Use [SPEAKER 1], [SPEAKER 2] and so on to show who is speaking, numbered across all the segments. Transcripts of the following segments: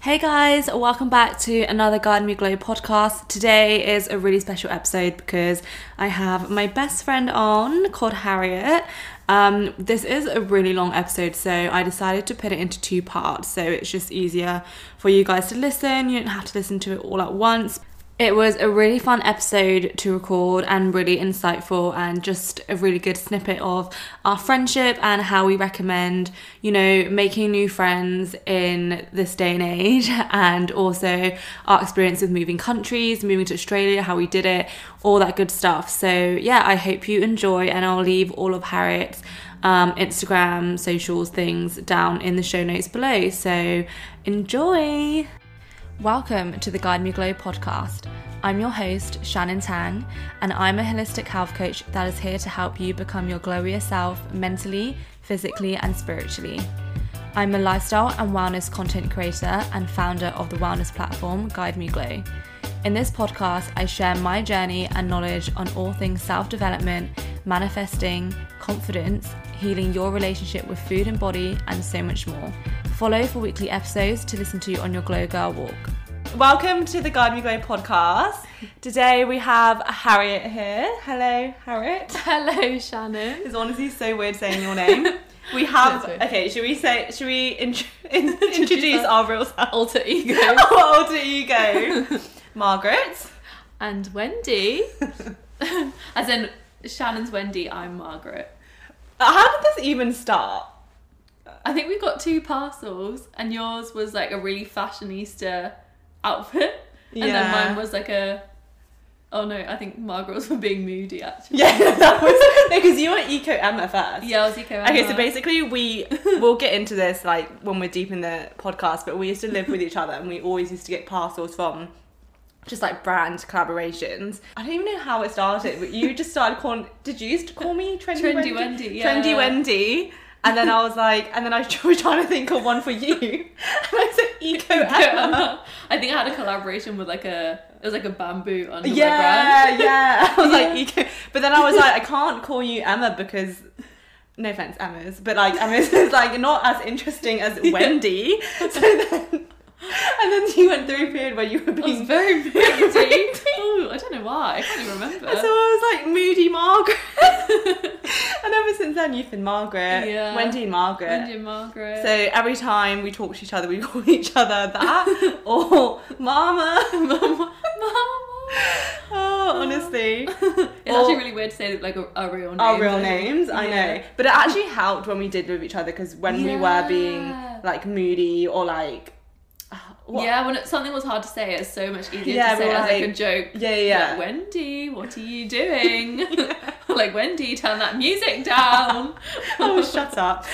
[SPEAKER 1] Hey guys, welcome back to another Garden Me Glow podcast. Today is a really special episode because I have my best friend on called Harriet. Um, this is a really long episode, so I decided to put it into two parts so it's just easier for you guys to listen. You don't have to listen to it all at once. It was a really fun episode to record and really insightful and just a really good snippet of our friendship and how we recommend, you know, making new friends in this day and age and also our experience with moving countries, moving to Australia, how we did it, all that good stuff. So, yeah, I hope you enjoy and I'll leave all of Harriet's um, Instagram, socials, things down in the show notes below. So, enjoy. Welcome to the Guide Me Glow podcast. I'm your host, Shannon Tang, and I'm a holistic health coach that is here to help you become your glowier self mentally, physically, and spiritually. I'm a lifestyle and wellness content creator and founder of the wellness platform Guide Me Glow. In this podcast, I share my journey and knowledge on all things self development, manifesting, confidence, healing your relationship with food and body, and so much more. Follow for weekly episodes to listen to on your Glow Girl walk. Welcome to the Guide Me Glow podcast. Today we have Harriet here. Hello, Harriet.
[SPEAKER 2] Hello, Shannon.
[SPEAKER 1] It's honestly so weird saying your name. We have
[SPEAKER 2] That's weird.
[SPEAKER 1] okay. Should we say? Should we int- in- introduce our real self?
[SPEAKER 2] Alter ego.
[SPEAKER 1] Our alter ego, Margaret.
[SPEAKER 2] and Wendy. As in, Shannon's Wendy, I'm Margaret.
[SPEAKER 1] Uh, How did this even start?
[SPEAKER 2] I think we got two parcels, and yours was like a really fashionista outfit. And
[SPEAKER 1] Yeah.
[SPEAKER 2] then mine was like a. Oh no, I think Margaret was for being moody actually.
[SPEAKER 1] Yeah, that was because you were eco Emma first.
[SPEAKER 2] Yeah, I was eco.
[SPEAKER 1] Okay, so basically we we'll get into this like when we're deep in the podcast, but we used to live with each other and we always used to get parcels from just like brand collaborations. I don't even know how it started, but you just started calling did you used to call me Trendy, Wendy?
[SPEAKER 2] Trendy Wendy,
[SPEAKER 1] Trendy
[SPEAKER 2] yeah.
[SPEAKER 1] Wendy. And then I was like and then I was trying to think of one for you. And I said Eco Emma.
[SPEAKER 2] I think I had a collaboration with like a. It was like a bamboo underwear
[SPEAKER 1] Yeah,
[SPEAKER 2] brand.
[SPEAKER 1] yeah. I was
[SPEAKER 2] Yeah.
[SPEAKER 1] like, eco. But then I was like, I can't call you Emma because, no offense, Emma's, but like Emma's is like not as interesting as Wendy. So then, and then you went through a period where you were
[SPEAKER 2] It was
[SPEAKER 1] being.
[SPEAKER 2] very moody. oh, I don't know why. I can't even remember.
[SPEAKER 1] So I was like moody Margaret, and ever since then you've been Margaret,
[SPEAKER 2] Yeah.
[SPEAKER 1] Wendy and Margaret.
[SPEAKER 2] Wendy and Margaret.
[SPEAKER 1] So every time we talk to each other, we call each other that or Mama, Mama.
[SPEAKER 2] Mama.
[SPEAKER 1] Oh, honestly.
[SPEAKER 2] It's
[SPEAKER 1] Or-
[SPEAKER 2] actually really weird to say like a, a real name.
[SPEAKER 1] our real names. I
[SPEAKER 2] Yeah.
[SPEAKER 1] know, but it actually helped when we did with each other because when we were being
[SPEAKER 2] Yeah.
[SPEAKER 1] like moody or like, what?
[SPEAKER 2] Yeah, when it, something was hard to say, it's so much easier
[SPEAKER 1] Yeah,
[SPEAKER 2] to say
[SPEAKER 1] we
[SPEAKER 2] it
[SPEAKER 1] were
[SPEAKER 2] as like, a
[SPEAKER 1] like-
[SPEAKER 2] joke.
[SPEAKER 1] yeah, yeah,
[SPEAKER 2] Like, Wendy, what are you doing? like Wendy, turn that music down.
[SPEAKER 1] oh, shut up.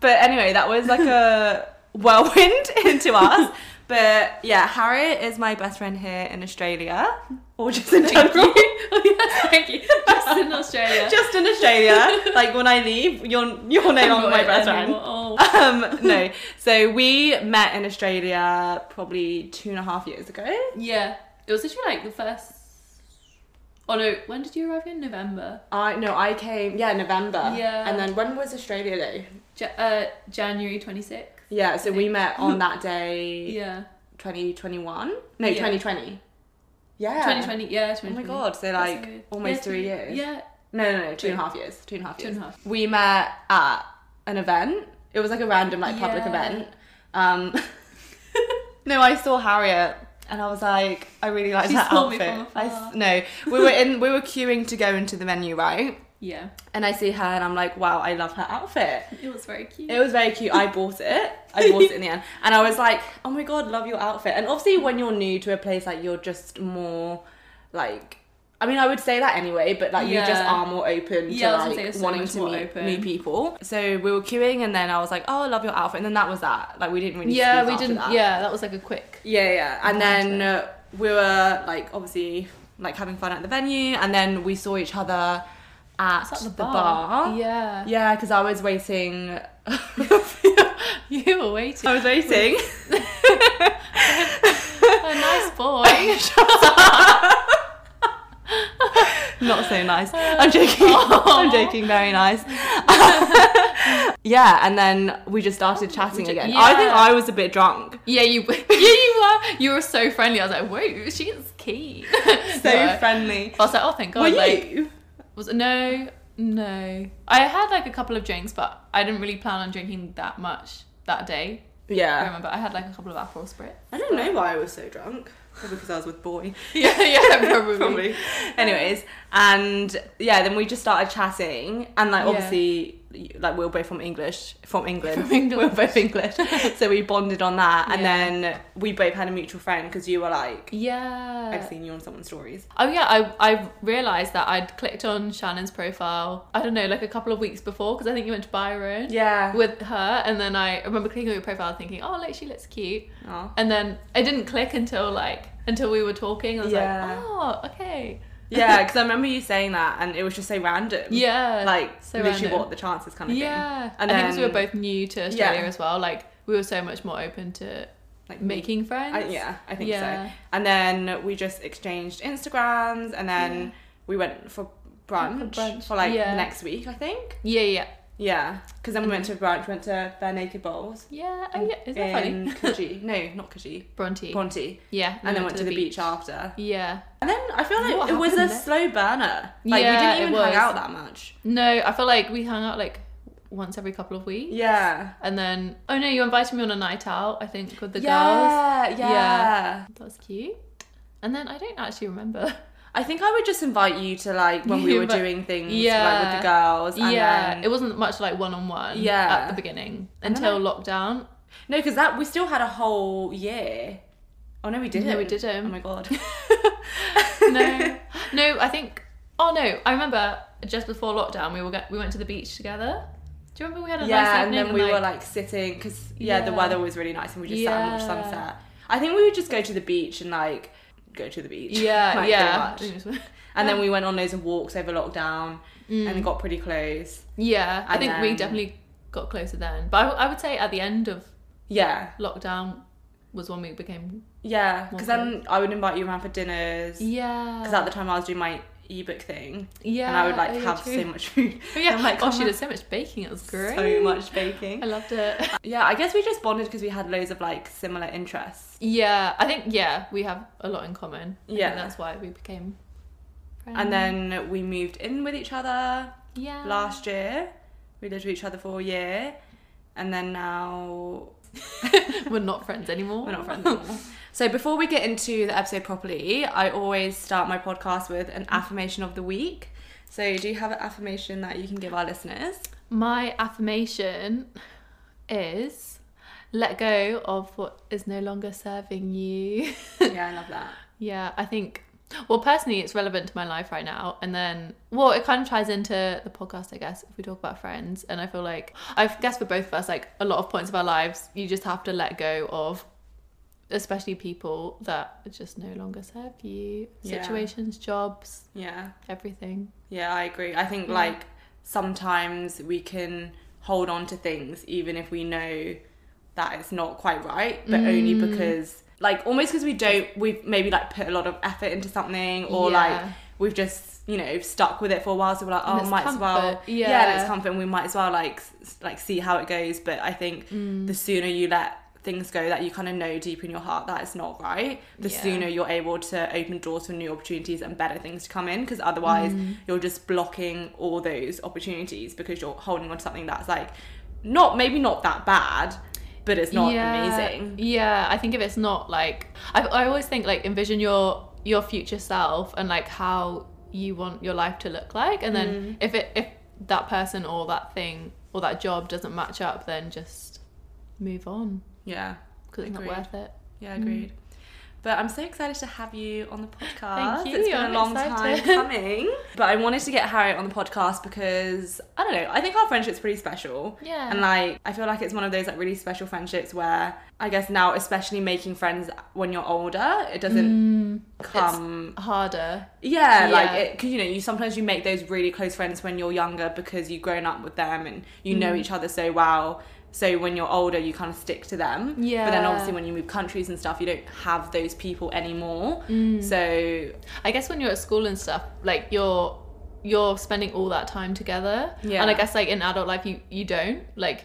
[SPEAKER 1] but anyway, that was like a whirlwind into us. But yeah, Harriet is my best friend here in Australia, or just in
[SPEAKER 2] Thank
[SPEAKER 1] general.
[SPEAKER 2] you. Oh yes, thank you. Just in Australia.
[SPEAKER 1] Just in Australia, like when I leave, you're you're no
[SPEAKER 2] I'm
[SPEAKER 1] longer my
[SPEAKER 2] not
[SPEAKER 1] best friend.
[SPEAKER 2] anymore. Oh.
[SPEAKER 1] Um, no, so we met in Australia probably two and a half years ago.
[SPEAKER 2] Oh. Yeah, it was actually like the first. Oh no, when did you arrive in November?
[SPEAKER 1] I no, I came yeah November.
[SPEAKER 2] Yeah.
[SPEAKER 1] And then when was Australia Day?
[SPEAKER 2] Ja- uh, January twenty sixth.
[SPEAKER 1] Yeah, so we met on that day,
[SPEAKER 2] Yeah.
[SPEAKER 1] 2021. No,
[SPEAKER 2] Yeah.
[SPEAKER 1] 2020. Yeah.
[SPEAKER 2] Twenty twenty. Yeah.
[SPEAKER 1] Oh
[SPEAKER 2] 2020.
[SPEAKER 1] my god! So
[SPEAKER 2] That's
[SPEAKER 1] like
[SPEAKER 2] so weird.
[SPEAKER 1] almost
[SPEAKER 2] Yeah,
[SPEAKER 1] three
[SPEAKER 2] two-
[SPEAKER 1] years.
[SPEAKER 2] Yeah,
[SPEAKER 1] No, no, no, two
[SPEAKER 2] Two.
[SPEAKER 1] and a half years. Two and a half
[SPEAKER 2] Two
[SPEAKER 1] years.
[SPEAKER 2] and a half.
[SPEAKER 1] We met at an event. It was like a random like public
[SPEAKER 2] Yeah.
[SPEAKER 1] event. Um, no, I saw Harriet. And I was like, I really like
[SPEAKER 2] She
[SPEAKER 1] that
[SPEAKER 2] saw me
[SPEAKER 1] outfit.
[SPEAKER 2] from
[SPEAKER 1] I
[SPEAKER 2] afar.
[SPEAKER 1] s- no, we were in, we were queuing to go into the menu, right?
[SPEAKER 2] yeah.
[SPEAKER 1] And I see her, and I'm like, wow, I love her outfit.
[SPEAKER 2] It was very cute.
[SPEAKER 1] It was very cute. I bought it. I bought it in the end. And I was like, oh my god, love your outfit. And obviously, when you're new to a place, like, you're just more like. I mean, I would say that anyway, but like you just
[SPEAKER 2] Yeah.
[SPEAKER 1] are more open to
[SPEAKER 2] Yeah, I was gonna say,
[SPEAKER 1] like
[SPEAKER 2] you're so
[SPEAKER 1] wanting
[SPEAKER 2] much
[SPEAKER 1] to
[SPEAKER 2] more
[SPEAKER 1] meet
[SPEAKER 2] open.
[SPEAKER 1] new people. So we were queuing, and then I was like, "Oh, I love your outfit," and then that was that. Like we didn't really.
[SPEAKER 2] yeah,
[SPEAKER 1] speak
[SPEAKER 2] we
[SPEAKER 1] after
[SPEAKER 2] didn't.
[SPEAKER 1] that.
[SPEAKER 2] Yeah, that was like a quick.
[SPEAKER 1] Yeah, yeah. And
[SPEAKER 2] Imagine.
[SPEAKER 1] then uh, we were like obviously like having fun at the venue, and then we saw each other at the, bar.
[SPEAKER 2] Yeah.
[SPEAKER 1] Yeah, because I was waiting.
[SPEAKER 2] you were waiting.
[SPEAKER 1] I was waiting.
[SPEAKER 2] a Oh, nice boy.
[SPEAKER 1] Not so nice. I'm joking. I'm joking. Very nice.
[SPEAKER 3] Yeah, and then Oh, we just started chatting
[SPEAKER 2] ju-
[SPEAKER 3] again. I think
[SPEAKER 2] yeah.
[SPEAKER 3] I was a bit drunk.
[SPEAKER 2] Yeah, you yeah you were you were so friendly. I was like, whoa, she's keen.
[SPEAKER 3] So
[SPEAKER 2] Yeah.
[SPEAKER 3] friendly.
[SPEAKER 2] I was like, oh thank God.
[SPEAKER 3] Were
[SPEAKER 2] like,
[SPEAKER 3] you?
[SPEAKER 2] Was no, no. I had like a couple of drinks, but I didn't really plan on drinking that much that day. I
[SPEAKER 3] Yeah.
[SPEAKER 2] remember I had like a couple of apple spritz.
[SPEAKER 3] I don't know why I was so drunk. Probably because I was with boy.
[SPEAKER 2] yeah, yeah, probably.
[SPEAKER 3] Probably. Anyways, and yeah, then we just started chatting, and like
[SPEAKER 2] Yeah.
[SPEAKER 3] obviously, like we were both from English, from England,
[SPEAKER 2] From England.
[SPEAKER 3] we were both English, so we bonded on that, and
[SPEAKER 2] Yeah.
[SPEAKER 3] then we both had a mutual friend because you were like,
[SPEAKER 2] Yeah.
[SPEAKER 3] I've seen you on someone's stories.
[SPEAKER 2] Oh yeah, I I realized that I'd clicked on Shannon's profile. I don't know, like a couple of weeks before because I think you went to Byron
[SPEAKER 3] Yeah.
[SPEAKER 2] with her, and then I remember clicking on your profile thinking, oh, like she looks cute,
[SPEAKER 3] Aw.
[SPEAKER 2] and then I didn't click until like until we were talking. I was
[SPEAKER 3] Yeah.
[SPEAKER 2] like, oh, okay,
[SPEAKER 3] Yeah, because I remember you saying that, and it was just so random.
[SPEAKER 2] yeah,
[SPEAKER 3] Like
[SPEAKER 2] so
[SPEAKER 3] literally,
[SPEAKER 2] random.
[SPEAKER 3] what the chances kind of thing.
[SPEAKER 2] Yeah,
[SPEAKER 3] And
[SPEAKER 2] I think 'cause we were
[SPEAKER 3] then-
[SPEAKER 2] both new to Australia
[SPEAKER 3] Yeah.
[SPEAKER 2] as well. Like we were so much more open to
[SPEAKER 3] Like
[SPEAKER 2] making friends.
[SPEAKER 3] I, yeah, I think
[SPEAKER 2] Yeah.
[SPEAKER 3] so. And then we just exchanged Instagrams, and then
[SPEAKER 2] Yeah.
[SPEAKER 3] we went for brunch, for,
[SPEAKER 2] brunch,
[SPEAKER 3] like
[SPEAKER 2] yeah.
[SPEAKER 3] next week, I think.
[SPEAKER 2] yeah, yeah,
[SPEAKER 3] Yeah, because then we went to brunch, went to Bare Naked Bowls.
[SPEAKER 2] yeah. Mm-hmm. Oh yeah, is that
[SPEAKER 3] in
[SPEAKER 2] funny?
[SPEAKER 3] Coogee. No, not Coogee.
[SPEAKER 2] Bronte.
[SPEAKER 3] Bronte.
[SPEAKER 2] yeah,
[SPEAKER 3] And then went to the, beach. after.
[SPEAKER 2] Yeah.
[SPEAKER 3] And then I feel like
[SPEAKER 2] What
[SPEAKER 3] it was a
[SPEAKER 2] happened next?
[SPEAKER 3] slow burner. Like
[SPEAKER 2] Yeah,
[SPEAKER 3] we didn't
[SPEAKER 2] it
[SPEAKER 3] even hang
[SPEAKER 2] was.
[SPEAKER 3] out that much.
[SPEAKER 2] No, I feel like we hung out like once every couple of weeks.
[SPEAKER 3] Yeah.
[SPEAKER 2] And then oh no, you invited me on a night out. I think with the girls.
[SPEAKER 3] yeah, Yeah,
[SPEAKER 2] Yeah. That was cute. And then I don't actually remember.
[SPEAKER 3] I think I would just invite you to like when we
[SPEAKER 2] You
[SPEAKER 3] were
[SPEAKER 2] invi-
[SPEAKER 3] doing things like
[SPEAKER 2] Yeah.
[SPEAKER 3] with the girls. And
[SPEAKER 2] yeah,
[SPEAKER 3] Then,
[SPEAKER 2] it wasn't much like one on one.
[SPEAKER 3] Yeah.
[SPEAKER 2] At the beginning
[SPEAKER 3] I don't
[SPEAKER 2] until lockdown.
[SPEAKER 3] No, because that we still had a whole year. Oh no, we didn't.
[SPEAKER 2] No, we didn't.
[SPEAKER 3] Oh my god.
[SPEAKER 2] no, no. I think. Oh no! I remember just before lockdown, we were go- we went to the beach together. Do you remember we had a
[SPEAKER 3] yeah,
[SPEAKER 2] nice
[SPEAKER 3] and
[SPEAKER 2] evening?
[SPEAKER 3] then we were like sitting because yeah, the
[SPEAKER 2] Yeah.
[SPEAKER 3] weather was really nice, and we just sat and
[SPEAKER 2] Yeah.
[SPEAKER 3] watched sunset. I think we would just go to the beach and like go to the beach.
[SPEAKER 2] yeah,
[SPEAKER 3] like,
[SPEAKER 2] yeah,
[SPEAKER 3] pretty much. And then we went on loads of walks over lockdown and got pretty close.
[SPEAKER 2] yeah. I
[SPEAKER 3] and
[SPEAKER 2] think we
[SPEAKER 3] then-
[SPEAKER 2] definitely got closer then. But I, w- I would say at the end of
[SPEAKER 3] Yeah,
[SPEAKER 2] lockdown was when we became
[SPEAKER 3] yeah. Because then I would invite you around for dinners.
[SPEAKER 2] yeah.
[SPEAKER 3] Because at the time I was doing my ebook thing,
[SPEAKER 2] yeah,
[SPEAKER 3] and I would like
[SPEAKER 2] oh, yeah,
[SPEAKER 3] have
[SPEAKER 2] true.
[SPEAKER 3] so much food,
[SPEAKER 2] Oh, yeah,
[SPEAKER 3] I'm like,
[SPEAKER 2] oh,
[SPEAKER 3] "Oh,
[SPEAKER 2] she did so much baking. It was great.
[SPEAKER 3] so much
[SPEAKER 2] I
[SPEAKER 3] baking.
[SPEAKER 2] loved it.
[SPEAKER 3] Yeah, I guess we just bonded because we had loads of like similar interests.
[SPEAKER 2] yeah, I think yeah we have a lot in common. I think
[SPEAKER 3] Yeah.
[SPEAKER 2] that's why we became. Friends.
[SPEAKER 3] And then we moved in with each other
[SPEAKER 2] Mm-hmm. yeah,
[SPEAKER 3] last year. We lived with each other for a year. And then now
[SPEAKER 2] we're not friends anymore.
[SPEAKER 3] we're not friends anymore. So before we get into the episode properly, I always start my podcast with an affirmation of the week. So do you have an affirmation that you can give our listeners?
[SPEAKER 2] My affirmation is let go of what is no longer serving you.
[SPEAKER 3] yeah, I love that.
[SPEAKER 2] yeah, I think, well, personally, it's relevant to my life right now. And then, well, it kind of ties into the podcast, I guess, if we talk about friends. And I feel like, I guess for both of us, like a lot of points of our lives, you just have to let go of. Especially people that just no longer serve you,
[SPEAKER 3] Yeah.
[SPEAKER 2] situations, jobs,
[SPEAKER 3] Yeah.
[SPEAKER 2] everything.
[SPEAKER 3] Yeah, I agree. I think
[SPEAKER 2] Yeah.
[SPEAKER 3] like sometimes we can hold on to things even if we know that it's not quite right, but only
[SPEAKER 2] Mm.
[SPEAKER 3] because like almost because we don't we've maybe like put a lot of effort into something or like
[SPEAKER 2] Yeah.
[SPEAKER 3] we've just you know stuck with it for a while so we're like
[SPEAKER 2] And
[SPEAKER 3] oh
[SPEAKER 2] it's
[SPEAKER 3] might as well
[SPEAKER 2] comfort.
[SPEAKER 3] yeah. and
[SPEAKER 2] Yeah.
[SPEAKER 3] it's comfort and we might as well like s- like see how it goes but i think
[SPEAKER 2] Mm.
[SPEAKER 3] the sooner you let things go that you kind of know deep in your heart that it's not right the
[SPEAKER 2] Yeah.
[SPEAKER 3] sooner you're able to open doors for new opportunities and better things to come in because otherwise
[SPEAKER 2] Mm.
[SPEAKER 3] you're just blocking all those opportunities because you're holding on to something that's like not maybe not that bad but it's not amazing
[SPEAKER 2] Yeah, I think if it's not like I, I always think like envision your your future self and like how you want your life to look like, and then
[SPEAKER 3] Mm.
[SPEAKER 2] if it if that person or that thing or that job doesn't match up, then just move on
[SPEAKER 3] yeah
[SPEAKER 2] because it's not
[SPEAKER 3] Agreed.
[SPEAKER 2] worth it.
[SPEAKER 3] yeah agreed but i'm so excited to have you on the podcast
[SPEAKER 2] Mm. Thank you,
[SPEAKER 3] it's been
[SPEAKER 2] I'm
[SPEAKER 3] a long
[SPEAKER 2] excited.
[SPEAKER 3] time coming but i wanted to get harriet on the podcast because i don't know i think our friendship's pretty special
[SPEAKER 2] Yeah.
[SPEAKER 3] And like, I feel like it's one of those like really special friendships where I guess now, especially making friends when you're older, it
[SPEAKER 2] Mm.
[SPEAKER 3] doesn't come.
[SPEAKER 2] harder.
[SPEAKER 3] Yeah,
[SPEAKER 2] Yeah.
[SPEAKER 3] like it, cause you know, you sometimes you make those really close friends when you're younger because you've grown up with them and you know
[SPEAKER 2] Mm.
[SPEAKER 3] each other so well. So when you're older, you kind of stick to them. But then
[SPEAKER 2] Yeah.
[SPEAKER 3] obviously, when you move countries and stuff, you don't have
[SPEAKER 2] Mm.
[SPEAKER 3] those people anymore. So
[SPEAKER 2] I guess when you're at school and stuff, like you're you're spending all that time together.
[SPEAKER 3] Yeah.
[SPEAKER 2] And I guess like in adult life you you don't like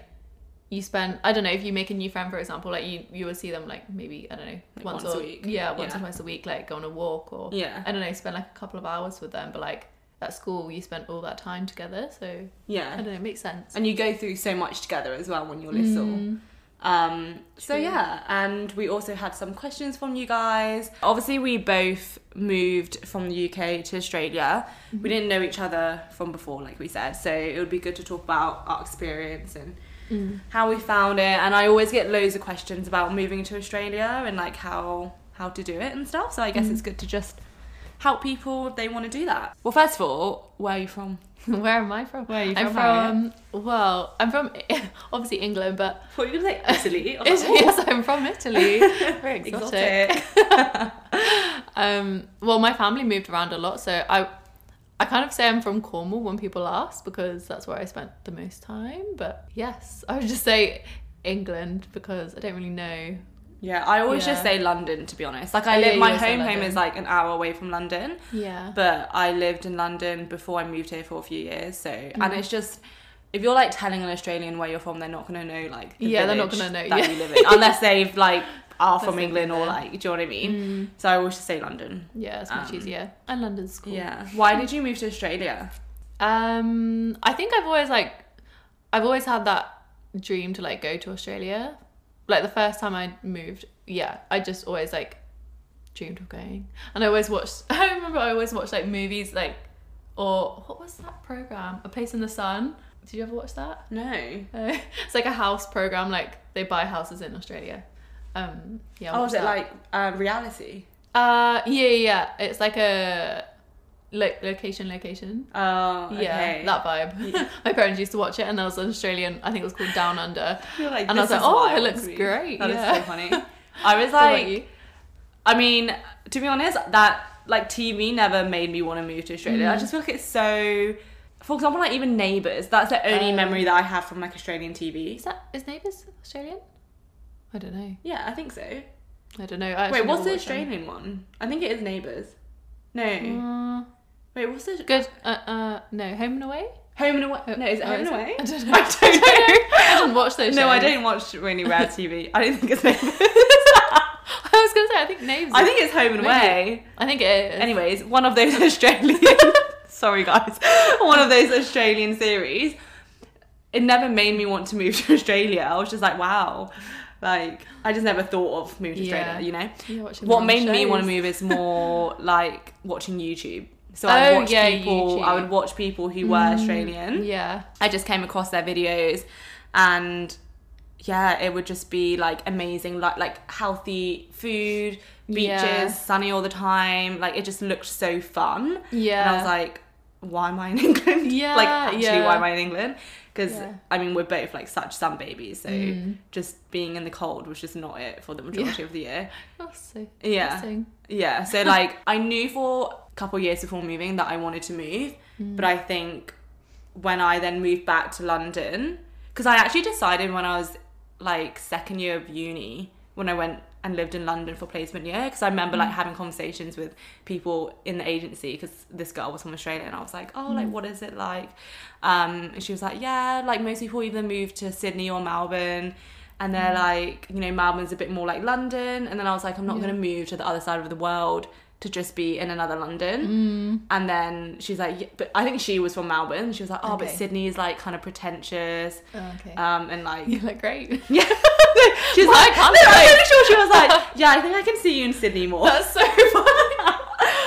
[SPEAKER 2] you spend I don't know if you make a new friend for example like you you would see them like maybe I don't know
[SPEAKER 3] Like, once
[SPEAKER 2] or
[SPEAKER 3] a week.
[SPEAKER 2] yeah once
[SPEAKER 3] Yeah.
[SPEAKER 2] or twice a week like go on a walk or
[SPEAKER 3] Yeah.
[SPEAKER 2] I don't know spend like a couple of hours with them but like at school you spent all that time together so I
[SPEAKER 3] Yeah.
[SPEAKER 2] don't know it makes sense.
[SPEAKER 3] And you go through so much together as well when you're little.
[SPEAKER 2] Mm.
[SPEAKER 3] Um, so
[SPEAKER 2] True.
[SPEAKER 3] yeah, and we also had some questions from you guys. Obviously, we both moved from the UK to Australia.
[SPEAKER 2] Mm-hmm.
[SPEAKER 3] We didn't know each other from before, like we said. So it would be good to talk about our experience and
[SPEAKER 2] Mm.
[SPEAKER 3] how we found it. And I always get loads of questions about moving to Australia and like how how to do it and stuff. So I
[SPEAKER 2] Mm.
[SPEAKER 3] guess it's good to just help people if they want to do that. Well, first of all, where are you from?
[SPEAKER 2] Where am I from?
[SPEAKER 3] Where are you
[SPEAKER 2] I'm from well, I'm from obviously England, but
[SPEAKER 3] What you gonna say? Italy. I was like,
[SPEAKER 2] yes, I'm from Italy. Very
[SPEAKER 3] "Oh,
[SPEAKER 2] exotic. Um, well, my family moved around a lot, so I, I kind of say I'm from Cornwall when people ask because that's where I spent the most time. But yes, I would just say England because I don't really know.
[SPEAKER 3] Yeah, I always
[SPEAKER 2] Yeah.
[SPEAKER 3] just say London to be honest. Like
[SPEAKER 2] Oh,
[SPEAKER 3] I
[SPEAKER 2] yeah,
[SPEAKER 3] live
[SPEAKER 2] you
[SPEAKER 3] my
[SPEAKER 2] always say
[SPEAKER 3] home home
[SPEAKER 2] London.
[SPEAKER 3] is like an hour away from London,
[SPEAKER 2] Yeah.
[SPEAKER 3] but I lived in London before I moved here for a few years. So
[SPEAKER 2] Mm.
[SPEAKER 3] and it's just if you're like telling an Australian where you're from, they're not gonna know like the
[SPEAKER 2] Yeah, they're not
[SPEAKER 3] village
[SPEAKER 2] gonna know,
[SPEAKER 3] that
[SPEAKER 2] yeah.
[SPEAKER 3] you live in unless they've like are
[SPEAKER 2] Unless
[SPEAKER 3] from
[SPEAKER 2] they've
[SPEAKER 3] England
[SPEAKER 2] been
[SPEAKER 3] or
[SPEAKER 2] there. Mm.
[SPEAKER 3] like do you know what I mean? So I always just say London.
[SPEAKER 2] yeah, it's much
[SPEAKER 3] Mm. Um,
[SPEAKER 2] easier. And London's cool.
[SPEAKER 3] Yeah. Why did you move to Australia?
[SPEAKER 2] Um, I think I've always like, I've always had that dream to like go to Australia. Like the first time I moved, yeah, I just always like dreamed of going, and I always watched. I remember I always watched like movies like, or what was that program? A Place in the Sun. Did you ever watch that?
[SPEAKER 3] No.
[SPEAKER 2] Uh, it's like a house program. Like they buy houses in Australia. Um, yeah. I
[SPEAKER 3] Oh,
[SPEAKER 2] watched
[SPEAKER 3] is it
[SPEAKER 2] that.
[SPEAKER 3] like uh, reality?
[SPEAKER 2] Uh, yeah, yeah. yeah. It's like a like location, location.
[SPEAKER 3] Oh, okay.
[SPEAKER 2] Yeah, that vibe. My parents used to watch it, and there was an Australian. I think it was called Down Under.
[SPEAKER 3] You're like,
[SPEAKER 2] And I was
[SPEAKER 3] "This
[SPEAKER 2] like,
[SPEAKER 3] is
[SPEAKER 2] "Oh,
[SPEAKER 3] wild
[SPEAKER 2] it looks
[SPEAKER 3] to me."
[SPEAKER 2] great,
[SPEAKER 3] That is
[SPEAKER 2] yeah.
[SPEAKER 3] so funny. I was
[SPEAKER 2] What about
[SPEAKER 3] like,
[SPEAKER 2] you?
[SPEAKER 3] I mean, to be honest, that like TV never made me want to move to Australia.
[SPEAKER 2] Mm.
[SPEAKER 3] I just feel like it's so. For example, like even Neighbours, that's the only
[SPEAKER 2] Oh.
[SPEAKER 3] memory that I have from like Australian TV.
[SPEAKER 2] is that is Neighbours Australian? I don't know.
[SPEAKER 3] Yeah, I think so.
[SPEAKER 2] I don't know. I actually
[SPEAKER 3] Wait, what's
[SPEAKER 2] never
[SPEAKER 3] the
[SPEAKER 2] watched them.
[SPEAKER 3] Australian one? I think it is Neighbours. No.
[SPEAKER 2] Mm,
[SPEAKER 3] Wait, what's the
[SPEAKER 2] good. Uh, uh, no, Home and Away.
[SPEAKER 3] Home and Away? No, is it
[SPEAKER 2] Oh,
[SPEAKER 3] Home and Away?
[SPEAKER 2] I don't know.
[SPEAKER 3] I don't know.
[SPEAKER 2] I didn't watch those.
[SPEAKER 3] No, I
[SPEAKER 2] shows.
[SPEAKER 3] don't watch really rare TV. I don't think it's Neighbours.
[SPEAKER 2] I was gonna say I think Neighbours.
[SPEAKER 3] I think it's Home and
[SPEAKER 2] Maybe.
[SPEAKER 3] Away.
[SPEAKER 2] I think it is.
[SPEAKER 3] Anyways, one of those Australian, sorry guys, one of those Australian series. It never made me want to move to Australia. I was just like, wow, like I just never thought of moving to
[SPEAKER 2] Yeah.
[SPEAKER 3] Australia. You know,
[SPEAKER 2] You're watching the
[SPEAKER 3] what
[SPEAKER 2] wrong
[SPEAKER 3] made me want to
[SPEAKER 2] shows.
[SPEAKER 3] move is more like watching YouTube. So I
[SPEAKER 2] Oh,
[SPEAKER 3] watch
[SPEAKER 2] yeah,
[SPEAKER 3] people.
[SPEAKER 2] YouTube.
[SPEAKER 3] I
[SPEAKER 2] Mm.
[SPEAKER 3] would watch people who were Australian.
[SPEAKER 2] Yeah.
[SPEAKER 3] I just came across their videos, and yeah, it would just be like amazing, like like healthy food, beaches,
[SPEAKER 2] Yeah.
[SPEAKER 3] sunny all the time. Like it just looked so fun, and I
[SPEAKER 2] Yeah.
[SPEAKER 3] was like, why am I in England?
[SPEAKER 2] Yeah,
[SPEAKER 3] like actually,
[SPEAKER 2] yeah.
[SPEAKER 3] why am I in England? Because
[SPEAKER 2] Yeah. Mm.
[SPEAKER 3] I mean, we're both like such sun babies, so just being in the cold was just not it for the majority of the year.
[SPEAKER 2] Oh, That's so
[SPEAKER 3] Yeah.
[SPEAKER 2] interesting.
[SPEAKER 3] Yeah, so like I knew for a couple years before moving that I wanted to move, but I think when I then moved back to London, because I actually decided when I was like second year of uni when I went and lived in London for placement year, because I remember like having conversations with people in the agency because this girl was from Australia and I was like, oh, like what is it like? Um, and she was like, yeah, like most people either move to Sydney or Melbourne. And they're like, you know, Melbourne's a bit more like London. And then I was like, I'm not
[SPEAKER 2] Yeah.
[SPEAKER 3] going to move to the other side of the world to just be in another London. Mm. And then she's like, yeah, but I think she was from Melbourne. She was like, oh, but
[SPEAKER 2] Okay.
[SPEAKER 3] Sydney is like kind of pretentious.
[SPEAKER 2] Oh, okay.
[SPEAKER 3] Um, and like,
[SPEAKER 2] you look great.
[SPEAKER 3] she's
[SPEAKER 2] Why
[SPEAKER 3] like,
[SPEAKER 2] can't
[SPEAKER 3] no,
[SPEAKER 2] I?
[SPEAKER 3] I'm pretty sure she was like, yeah, I think I can see you in Sydney more. I
[SPEAKER 2] That's so funny.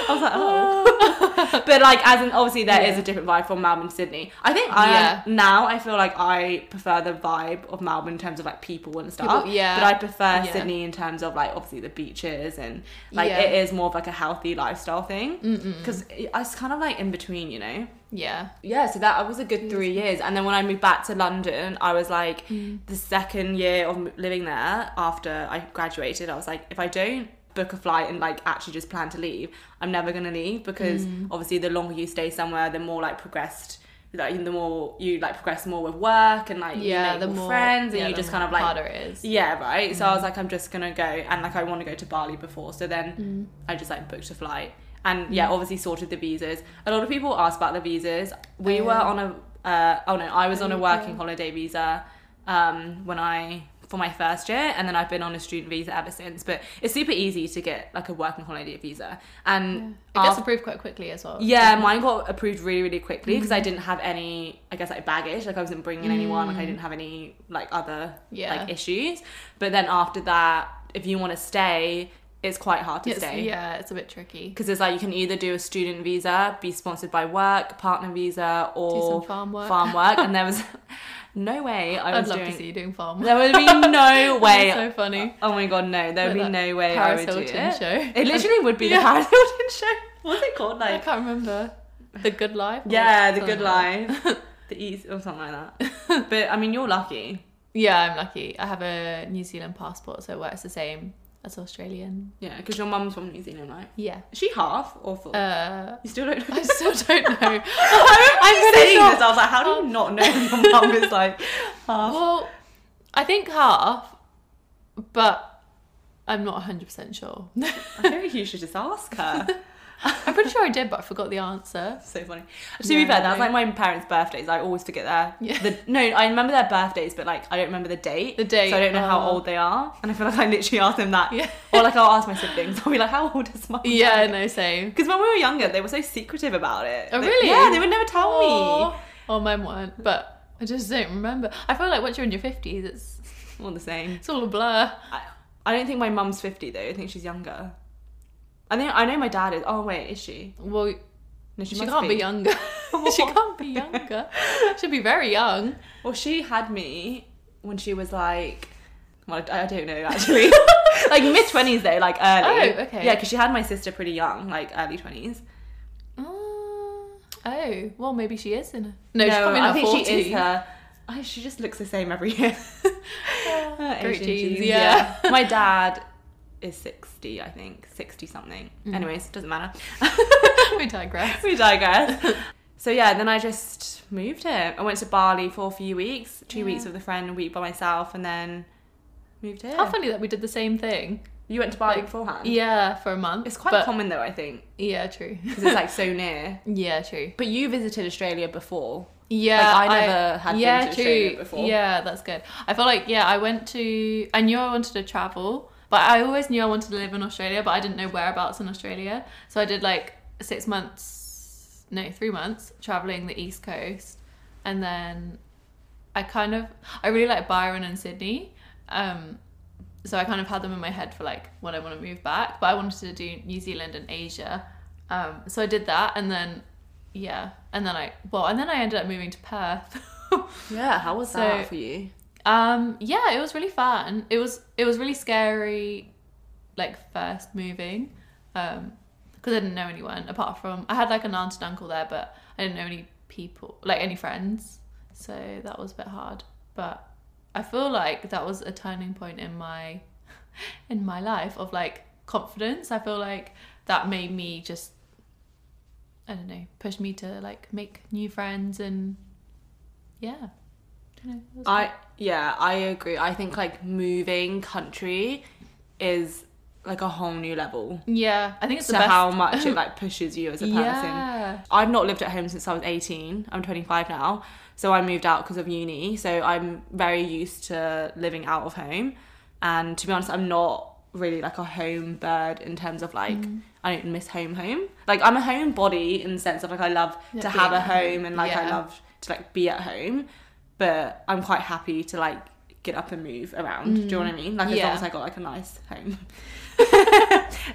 [SPEAKER 3] was like, oh. but like, as in, obviously, there is
[SPEAKER 2] Yeah.
[SPEAKER 3] a different vibe from Melbourne, Sydney. I think I
[SPEAKER 2] Yeah.
[SPEAKER 3] now I feel like I prefer the vibe of Melbourne in terms of like people and stuff.
[SPEAKER 2] People- yeah.
[SPEAKER 3] But I prefer
[SPEAKER 2] Yeah.
[SPEAKER 3] Sydney in terms of like obviously the beaches and like
[SPEAKER 2] Yeah.
[SPEAKER 3] it is more of like a healthy lifestyle thing. Because it's kind of like in between, you know. Mm.
[SPEAKER 2] yeah.
[SPEAKER 3] yeah, so that was a good three years. And then when I moved back to London, I was like,
[SPEAKER 2] Mm.
[SPEAKER 3] the second year of m- living there after I graduated, I was like, if I don't book a flight and like actually just plan to leave, I'm never gonna leave because
[SPEAKER 2] Mm.
[SPEAKER 3] obviously the longer you stay somewhere, the more like progressed. Like the more you like progress more with work and like
[SPEAKER 2] Yeah.
[SPEAKER 3] you
[SPEAKER 2] the
[SPEAKER 3] make more
[SPEAKER 2] more
[SPEAKER 3] friends and
[SPEAKER 2] yeah,
[SPEAKER 3] you
[SPEAKER 2] the
[SPEAKER 3] just kind
[SPEAKER 2] more
[SPEAKER 3] of like
[SPEAKER 2] harder it is.
[SPEAKER 3] yeah, right.
[SPEAKER 2] Mm. Mm.
[SPEAKER 3] So I was like, I'm just gonna go and like I want to go to Bali before. So then I just like booked a flight and yeah, obviously sorted the visas. A lot of people asked about the visas. We
[SPEAKER 2] Oh,
[SPEAKER 3] were
[SPEAKER 2] yeah.
[SPEAKER 3] on a uh, oh no, I was on a
[SPEAKER 2] Oh,
[SPEAKER 3] working
[SPEAKER 2] yeah.
[SPEAKER 3] holiday visa um, when I for my first year, and then I've been on a student visa ever since. But it's super easy to get like a working holiday visa, and
[SPEAKER 2] It gets
[SPEAKER 3] af-
[SPEAKER 2] approved quite quickly as well.
[SPEAKER 3] yeah, mine got approved really, really quickly because I didn't have any, I guess, like baggage. Like I wasn't bringing anyone. Like I didn't have any like other
[SPEAKER 2] Mm. Yeah.
[SPEAKER 3] like issues. But then after that, if you want to stay, it's quite hard to
[SPEAKER 2] It's-
[SPEAKER 3] stay.
[SPEAKER 2] yeah, it's a bit tricky.
[SPEAKER 3] Because it's like you can either do a student visa, be sponsored by work, partner visa,
[SPEAKER 2] Do some
[SPEAKER 3] or
[SPEAKER 2] farm work.
[SPEAKER 3] farm work. and there was no way I
[SPEAKER 2] I'd
[SPEAKER 3] was
[SPEAKER 2] love
[SPEAKER 3] doing.
[SPEAKER 2] to see you doing farm work.
[SPEAKER 3] There would be no way.
[SPEAKER 2] That's so funny.
[SPEAKER 3] oh my god, no! There would be
[SPEAKER 2] Like that
[SPEAKER 3] no way
[SPEAKER 2] Paris
[SPEAKER 3] I would
[SPEAKER 2] Hilton
[SPEAKER 3] do it.
[SPEAKER 2] show.
[SPEAKER 3] It literally would be
[SPEAKER 2] Yeah.
[SPEAKER 3] the Paris Hilton show. What's it called?
[SPEAKER 2] I
[SPEAKER 3] Like
[SPEAKER 2] can't remember. The Good Life? or
[SPEAKER 3] yeah, the
[SPEAKER 2] something
[SPEAKER 3] good
[SPEAKER 2] like that.
[SPEAKER 3] life, uh-huh. the ease or something like that. But I mean, you're lucky.
[SPEAKER 2] Yeah, I'm lucky. I have a New Zealand passport, so it works the same as Australian.
[SPEAKER 3] Yeah, because your mum's from New Zealand, right?
[SPEAKER 2] Yeah.
[SPEAKER 3] Is she half or full?
[SPEAKER 2] Uh,
[SPEAKER 3] you still don't know.
[SPEAKER 2] I still don't know.
[SPEAKER 3] I'm
[SPEAKER 2] pretty
[SPEAKER 3] saying
[SPEAKER 2] sure- Um,
[SPEAKER 3] this. I was like, how do you not know your mum is like half?
[SPEAKER 2] Well, I think half, but I'm not 100% sure.
[SPEAKER 3] I think you should just ask her.
[SPEAKER 2] I'm pretty sure I did, but I forgot the answer.
[SPEAKER 3] so funny. To be
[SPEAKER 2] Yeah,
[SPEAKER 3] fair, that's
[SPEAKER 2] no.
[SPEAKER 3] like my parents' birthdays. I always forget their.
[SPEAKER 2] Yeah.
[SPEAKER 3] The, no, I remember their birthdays, but like I don't remember the date.
[SPEAKER 2] The date,
[SPEAKER 3] So I don't know how
[SPEAKER 2] oh.
[SPEAKER 3] old they are, and I feel like I literally ask them that.
[SPEAKER 2] Yeah.
[SPEAKER 3] Or like I'll ask my siblings. I'll be like, how old is mum?
[SPEAKER 2] Yeah, no, same.
[SPEAKER 3] Because when we were younger, they were so secretive about it.
[SPEAKER 2] Oh,
[SPEAKER 3] They-
[SPEAKER 2] really?
[SPEAKER 3] Yeah, they would never tell me.
[SPEAKER 2] Oh, oh, mine weren't, but I just don't remember. I feel like once you're in your 50s, it's,
[SPEAKER 3] All the same.
[SPEAKER 2] it's all a blur.
[SPEAKER 3] I, I don't think my mum's 50 though. I think she's younger. I think I know my dad is. Oh wait, is she?
[SPEAKER 2] Well,
[SPEAKER 3] No, she,
[SPEAKER 2] she,
[SPEAKER 3] must
[SPEAKER 2] can't be, younger. she can't be younger. She'll be very young.
[SPEAKER 3] Well, she had me when she was like, well, I, I don't know actually. like mid 20s though, like early.
[SPEAKER 2] Oh, okay.
[SPEAKER 3] Yeah, because she had my sister pretty young, like early 20s.
[SPEAKER 2] Uh, oh, well, maybe she is in her. No,
[SPEAKER 3] no,
[SPEAKER 2] she's probably
[SPEAKER 3] I
[SPEAKER 2] not
[SPEAKER 3] think
[SPEAKER 2] 40.
[SPEAKER 3] she is her. I, she just looks the same every year. Her
[SPEAKER 2] great
[SPEAKER 3] Asian
[SPEAKER 2] genes, yeah.
[SPEAKER 3] My dad is 60, I think, 60 something. Anyways, doesn't matter.
[SPEAKER 2] we digress.
[SPEAKER 3] we digress. so yeah, then I just moved here. I went to Bali for a few weeks, two
[SPEAKER 2] Yeah.
[SPEAKER 3] weeks with a friend, a week by myself, and then moved here.
[SPEAKER 2] How funny that we did the same thing.
[SPEAKER 3] You went to Bali
[SPEAKER 2] Like,
[SPEAKER 3] beforehand.
[SPEAKER 2] Yeah, for a month.
[SPEAKER 3] it's quite
[SPEAKER 2] but-
[SPEAKER 3] common though, I think,
[SPEAKER 2] Yeah, true.
[SPEAKER 3] because it's like so near.
[SPEAKER 2] yeah, true.
[SPEAKER 3] But you visited Australia before.
[SPEAKER 2] Yeah,
[SPEAKER 3] Like, I never had been
[SPEAKER 2] yeah,
[SPEAKER 3] to Australia before.
[SPEAKER 2] Yeah, that's good. I feel like yeah, I went to. I knew I wanted to travel, but I always knew I wanted to live in Australia, but I didn't know whereabouts in Australia. So I did like six months, no, three months traveling the East Coast, and then I kind of I really like Byron and Sydney. Um, so I kind of had them in my head for like when I want to move back, but I wanted to do New Zealand and Asia. Um, so I did that, and then yeah, and then I well, and then I ended up moving to Perth.
[SPEAKER 3] Yeah, how was
[SPEAKER 2] that
[SPEAKER 3] for you?
[SPEAKER 2] um, yeah, it was really fun. It was it was really scary, like first moving, because I didn't know anyone apart from I had like an aunt and uncle there, but I didn't know any people like any friends, so that was a bit hard. But I feel like that was a turning point in my in my life of like confidence. I feel like that made me just I don't know push me to like make new friends and yeah. I, don't know, it was
[SPEAKER 3] I yeah, I agree. I think like moving country is like a whole new level.
[SPEAKER 2] Yeah, I think it's
[SPEAKER 3] So
[SPEAKER 2] the best.
[SPEAKER 3] how much it like pushes you as a person.
[SPEAKER 2] Yeah.
[SPEAKER 3] I've not lived at home since I was 18. I'm 25 now. So I moved out because of uni. So I'm very used to living out of home. And to be honest, I'm not really like a home bird in terms of like
[SPEAKER 2] Mm.
[SPEAKER 3] I don't miss home home. Like I'm a homebody in the sense of like I love
[SPEAKER 2] Yeah,
[SPEAKER 3] to have
[SPEAKER 2] being
[SPEAKER 3] a
[SPEAKER 2] at home.
[SPEAKER 3] home and like I
[SPEAKER 2] Yeah.
[SPEAKER 3] love to like be at home, but I'm quite happy to like get up and move around. Do you know what I mean? Like as
[SPEAKER 2] Mm. Yeah.
[SPEAKER 3] long as I got like a nice home.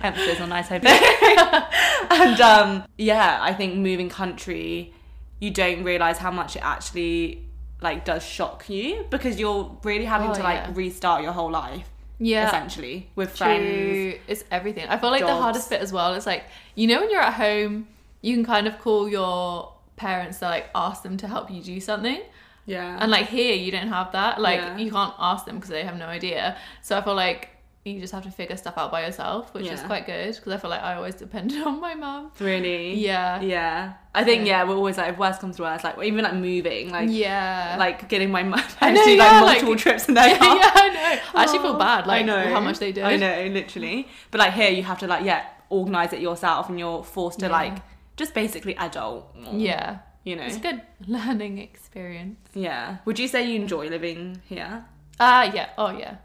[SPEAKER 3] Emphasis on nice home and um, yeah, I think moving country, you don't realize how much it actually like does shock you because you're really having
[SPEAKER 2] Oh,
[SPEAKER 3] to like
[SPEAKER 2] yeah.
[SPEAKER 3] restart your whole life
[SPEAKER 2] Yeah,
[SPEAKER 3] essentially with friends.
[SPEAKER 2] true. It's everything. I feel like the
[SPEAKER 3] jobs.
[SPEAKER 2] hardest bit as well. It's like you know when you're at home, you can kind of call your parents to like ask them to help you do something,
[SPEAKER 3] Yeah,
[SPEAKER 2] and like here you don't have that. Like
[SPEAKER 3] Yeah.
[SPEAKER 2] you can't ask them because they have no idea. So I feel like you just have to figure stuff out by yourself, which is
[SPEAKER 3] Yeah.
[SPEAKER 2] quite good because I feel like I always depended on my mum.
[SPEAKER 3] really.
[SPEAKER 2] Yeah,
[SPEAKER 3] yeah. I think
[SPEAKER 2] Yeah.
[SPEAKER 3] yeah, we're always like if worse comes to worse, like even like moving, like
[SPEAKER 2] yeah.
[SPEAKER 3] like getting my mum
[SPEAKER 2] I
[SPEAKER 3] I
[SPEAKER 2] know,
[SPEAKER 3] do
[SPEAKER 2] yeah,
[SPEAKER 3] like
[SPEAKER 2] like-
[SPEAKER 3] multiple trips in their
[SPEAKER 2] yeah,
[SPEAKER 3] car.
[SPEAKER 2] I know. I actually feel
[SPEAKER 3] Oh,
[SPEAKER 2] bad.
[SPEAKER 3] I
[SPEAKER 2] Like
[SPEAKER 3] know.
[SPEAKER 2] how much they did.
[SPEAKER 3] I know, literally. But like here, you have to like yeah, organize it yourself and you're forced to
[SPEAKER 2] Yeah.
[SPEAKER 3] like just basically adult. more,
[SPEAKER 2] Yeah.
[SPEAKER 3] You know.
[SPEAKER 2] It's a good learning experience.
[SPEAKER 3] Yeah. Would you say you enjoy living here
[SPEAKER 2] Uh yeah. Oh yeah.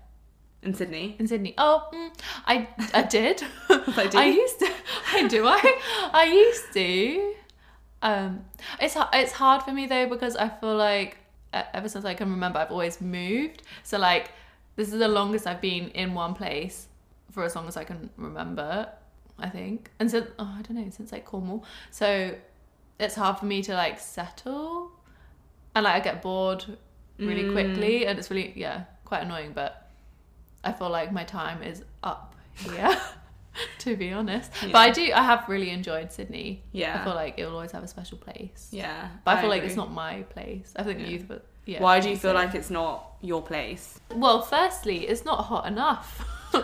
[SPEAKER 3] in Sydney?
[SPEAKER 2] In Sydney. Oh, mm, I I did.
[SPEAKER 3] Like, do
[SPEAKER 2] I
[SPEAKER 3] you-
[SPEAKER 2] used to. I do. I I used to. Um, it's h- it's hard for me though because I feel like e- ever since I can remember, I've always moved. So like, this is the longest I've been in one place for as long as I can remember. I think, and so oh, I don't know since like Cornwall. So it's hard for me to like settle, and like I get bored really
[SPEAKER 3] Mm.
[SPEAKER 2] quickly, and it's really yeah quite annoying. But I feel like my time is up here. to be honest. But I do. I have really enjoyed Sydney.
[SPEAKER 3] Yeah.
[SPEAKER 2] I feel like it will always have a special place.
[SPEAKER 3] yeah.
[SPEAKER 2] But I feel like
[SPEAKER 3] agree.
[SPEAKER 2] it's not my place. I think
[SPEAKER 3] Yeah.
[SPEAKER 2] youth, but yeah.
[SPEAKER 3] Why do you feel
[SPEAKER 2] so-
[SPEAKER 3] like it's not your place?
[SPEAKER 2] Well, firstly, it's not hot enough.
[SPEAKER 3] I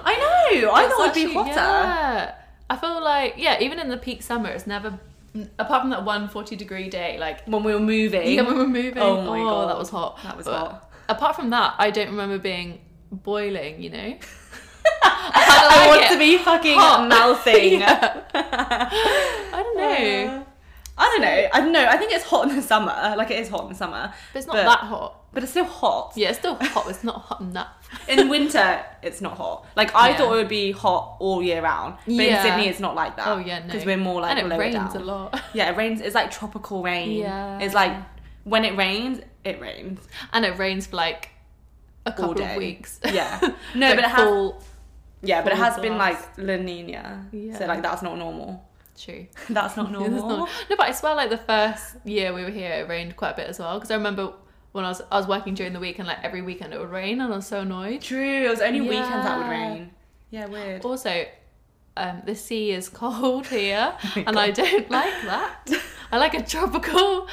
[SPEAKER 3] know. I
[SPEAKER 2] It's
[SPEAKER 3] thought it'd be
[SPEAKER 2] actually-
[SPEAKER 3] hotter.
[SPEAKER 2] Yeah. I feel like yeah, even in the peak summer, it's never. Apart from that one 40 degree day, like
[SPEAKER 3] When we were moving.
[SPEAKER 2] yeah, we were moving.
[SPEAKER 3] Oh my God.
[SPEAKER 2] that was hot.
[SPEAKER 3] That was
[SPEAKER 2] But
[SPEAKER 3] hot.
[SPEAKER 2] Apart from that, I don't remember being boiling. You know,
[SPEAKER 3] I
[SPEAKER 2] I
[SPEAKER 3] want
[SPEAKER 2] like
[SPEAKER 3] to
[SPEAKER 2] it
[SPEAKER 3] be fucking
[SPEAKER 2] hot.
[SPEAKER 3] melting.
[SPEAKER 2] I don't know,
[SPEAKER 3] Uh, I don't know. I don't know. I think it's hot in the summer. Like it is hot in the summer,
[SPEAKER 2] but it's not
[SPEAKER 3] but-
[SPEAKER 2] that hot.
[SPEAKER 3] but it's still hot.
[SPEAKER 2] Yeah, it's still hot. but It's not hot enough.
[SPEAKER 3] In winter, it's not hot. Like I
[SPEAKER 2] Yeah.
[SPEAKER 3] thought it would be hot all year round, but
[SPEAKER 2] Yeah.
[SPEAKER 3] in Sydney, it's not like that.
[SPEAKER 2] Oh yeah, no.
[SPEAKER 3] because we're more like
[SPEAKER 2] and it
[SPEAKER 3] lower
[SPEAKER 2] rains
[SPEAKER 3] down.
[SPEAKER 2] a lot.
[SPEAKER 3] Yeah, it rains. It's like tropical rain.
[SPEAKER 2] Yeah.
[SPEAKER 3] it's like when it rains, it rains.
[SPEAKER 2] And it rains for like a couple
[SPEAKER 3] day.
[SPEAKER 2] of weeks.
[SPEAKER 3] Yeah. No,
[SPEAKER 2] Like
[SPEAKER 3] but it has.
[SPEAKER 2] full-
[SPEAKER 3] yeah, but it
[SPEAKER 2] full
[SPEAKER 3] has been like
[SPEAKER 2] blast.
[SPEAKER 3] La Nina.
[SPEAKER 2] Yeah.
[SPEAKER 3] So like that's not normal.
[SPEAKER 2] true.
[SPEAKER 3] That's not normal.
[SPEAKER 2] It's not- no, but I swear, like the first year we were here, it rained quite a bit as well. Because I remember when I was I was working during the week, and like every weekend it would rain, and I was so annoyed.
[SPEAKER 3] True. It was only weekends that would
[SPEAKER 2] Yeah. Oh,
[SPEAKER 3] rain. Yeah, weird.
[SPEAKER 2] Also, um, the sea is cold here,
[SPEAKER 3] Oh my
[SPEAKER 2] and I don't like that. I like a tropical,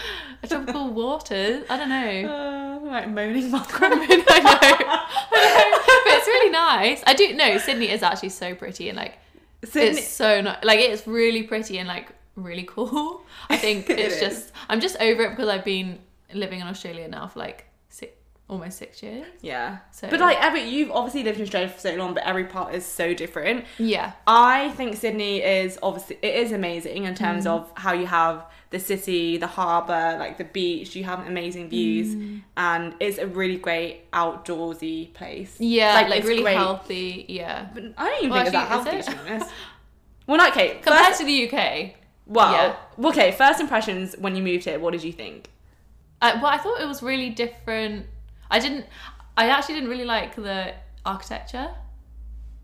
[SPEAKER 2] a tropical waters. I don't know.
[SPEAKER 3] Uh, like moaning
[SPEAKER 2] I
[SPEAKER 3] Margaret.
[SPEAKER 2] mean, I know, I know, but it's really nice. I do know Sydney is actually so pretty and like
[SPEAKER 3] Sydney.
[SPEAKER 2] it's so nice. Like it's really pretty and like really cool. I think
[SPEAKER 3] It
[SPEAKER 2] it's
[SPEAKER 3] is.
[SPEAKER 2] just I'm just over it because I've been living in Australia now for like six, almost six years.
[SPEAKER 3] yeah.
[SPEAKER 2] So
[SPEAKER 3] But like every, you've obviously lived in Australia for so long, but every part is so different.
[SPEAKER 2] yeah,
[SPEAKER 3] I think Sydney is obviously it is amazing in terms
[SPEAKER 2] Mm.
[SPEAKER 3] of how you have the city, the harbour, like the beach. You have amazing views,
[SPEAKER 2] Mm.
[SPEAKER 3] and it's a really great outdoorsy place.
[SPEAKER 2] yeah, like,
[SPEAKER 3] it's
[SPEAKER 2] really
[SPEAKER 3] great.
[SPEAKER 2] healthy. Yeah,
[SPEAKER 3] But I don't even
[SPEAKER 2] Well,
[SPEAKER 3] think
[SPEAKER 2] actually, is
[SPEAKER 3] it's that healthy. To be honest. Well, not okay.
[SPEAKER 2] compared
[SPEAKER 3] First,
[SPEAKER 2] to the UK.
[SPEAKER 3] well, okay. First impressions when you moved here. What did you think?
[SPEAKER 2] I, well, I thought it was really different. I didn't. I actually didn't really like the architecture.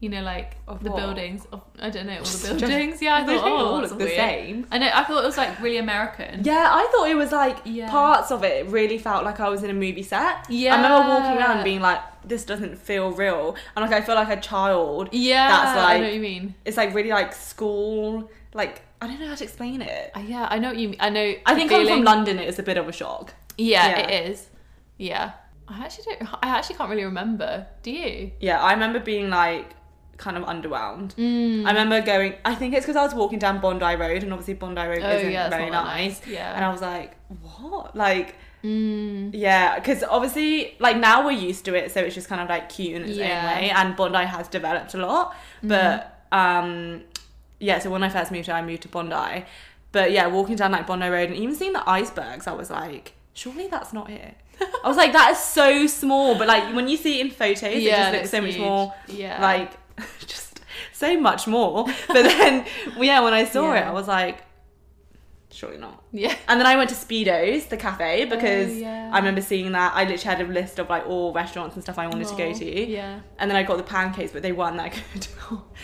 [SPEAKER 2] You know, like
[SPEAKER 3] Of
[SPEAKER 2] the
[SPEAKER 3] what?
[SPEAKER 2] buildings. Of, I don't know all
[SPEAKER 3] Just-
[SPEAKER 2] the buildings. Yeah, I
[SPEAKER 3] They
[SPEAKER 2] thought
[SPEAKER 3] don't
[SPEAKER 2] oh,
[SPEAKER 3] all
[SPEAKER 2] that's
[SPEAKER 3] look the
[SPEAKER 2] weird.
[SPEAKER 3] same.
[SPEAKER 2] I know. I thought it was like really American.
[SPEAKER 3] Yeah, I thought it was like
[SPEAKER 2] Yeah.
[SPEAKER 3] parts of it really felt like I was in a movie set. I remember walking around
[SPEAKER 2] Yeah.
[SPEAKER 3] being like, this doesn't feel real. And like I feel like a child.
[SPEAKER 2] Yeah,
[SPEAKER 3] That's
[SPEAKER 2] I know
[SPEAKER 3] like-
[SPEAKER 2] what you mean.
[SPEAKER 3] It's like really like school. Like I don't know how to explain it.
[SPEAKER 2] Uh, Yeah, I know what you mean. I know.
[SPEAKER 3] I
[SPEAKER 2] the
[SPEAKER 3] think coming from
[SPEAKER 2] feeling.
[SPEAKER 3] London, it is a bit of a shock.
[SPEAKER 2] Yeah,
[SPEAKER 3] Yeah.
[SPEAKER 2] it is. Yeah, I actually don't. I actually can't really remember. Do you?
[SPEAKER 3] Yeah, I remember being like kind of underwhelmed.
[SPEAKER 2] Mm.
[SPEAKER 3] I remember going. I think it's because I was walking down Bondi Road, and obviously Bondi Road
[SPEAKER 2] Oh,
[SPEAKER 3] isn't
[SPEAKER 2] yeah, it's
[SPEAKER 3] very
[SPEAKER 2] not that
[SPEAKER 3] nice.
[SPEAKER 2] nice, yeah.
[SPEAKER 3] and I was like, what? Like,
[SPEAKER 2] Mm.
[SPEAKER 3] yeah, because obviously, like now we're used to it, so it's just kind of like cute in its
[SPEAKER 2] Yeah. Mm-hmm.
[SPEAKER 3] own way. And Bondi has developed a lot, but um, yeah. So when I first moved here, I moved to Bondi. But yeah, walking down like Bondi Road and even seeing the icebergs, I was like, surely that's not here. I was like, that is so small. But like when you see it in
[SPEAKER 2] yeah,
[SPEAKER 3] photos, it just looks
[SPEAKER 2] that's
[SPEAKER 3] so much
[SPEAKER 2] huge.
[SPEAKER 3] more
[SPEAKER 2] Yeah,
[SPEAKER 3] like just so much more. But then yeah, when I saw it,
[SPEAKER 2] Yeah.
[SPEAKER 3] I was like, surely not.
[SPEAKER 2] yeah. Oh,
[SPEAKER 3] And then I went to Speedos, the cafe, because
[SPEAKER 2] yeah.
[SPEAKER 3] I remember seeing that. I literally had a list of like all restaurants and stuff I wanted to go
[SPEAKER 2] Oh,
[SPEAKER 3] to.
[SPEAKER 2] Yeah.
[SPEAKER 3] And then I got the pancakes, but they weren't that good.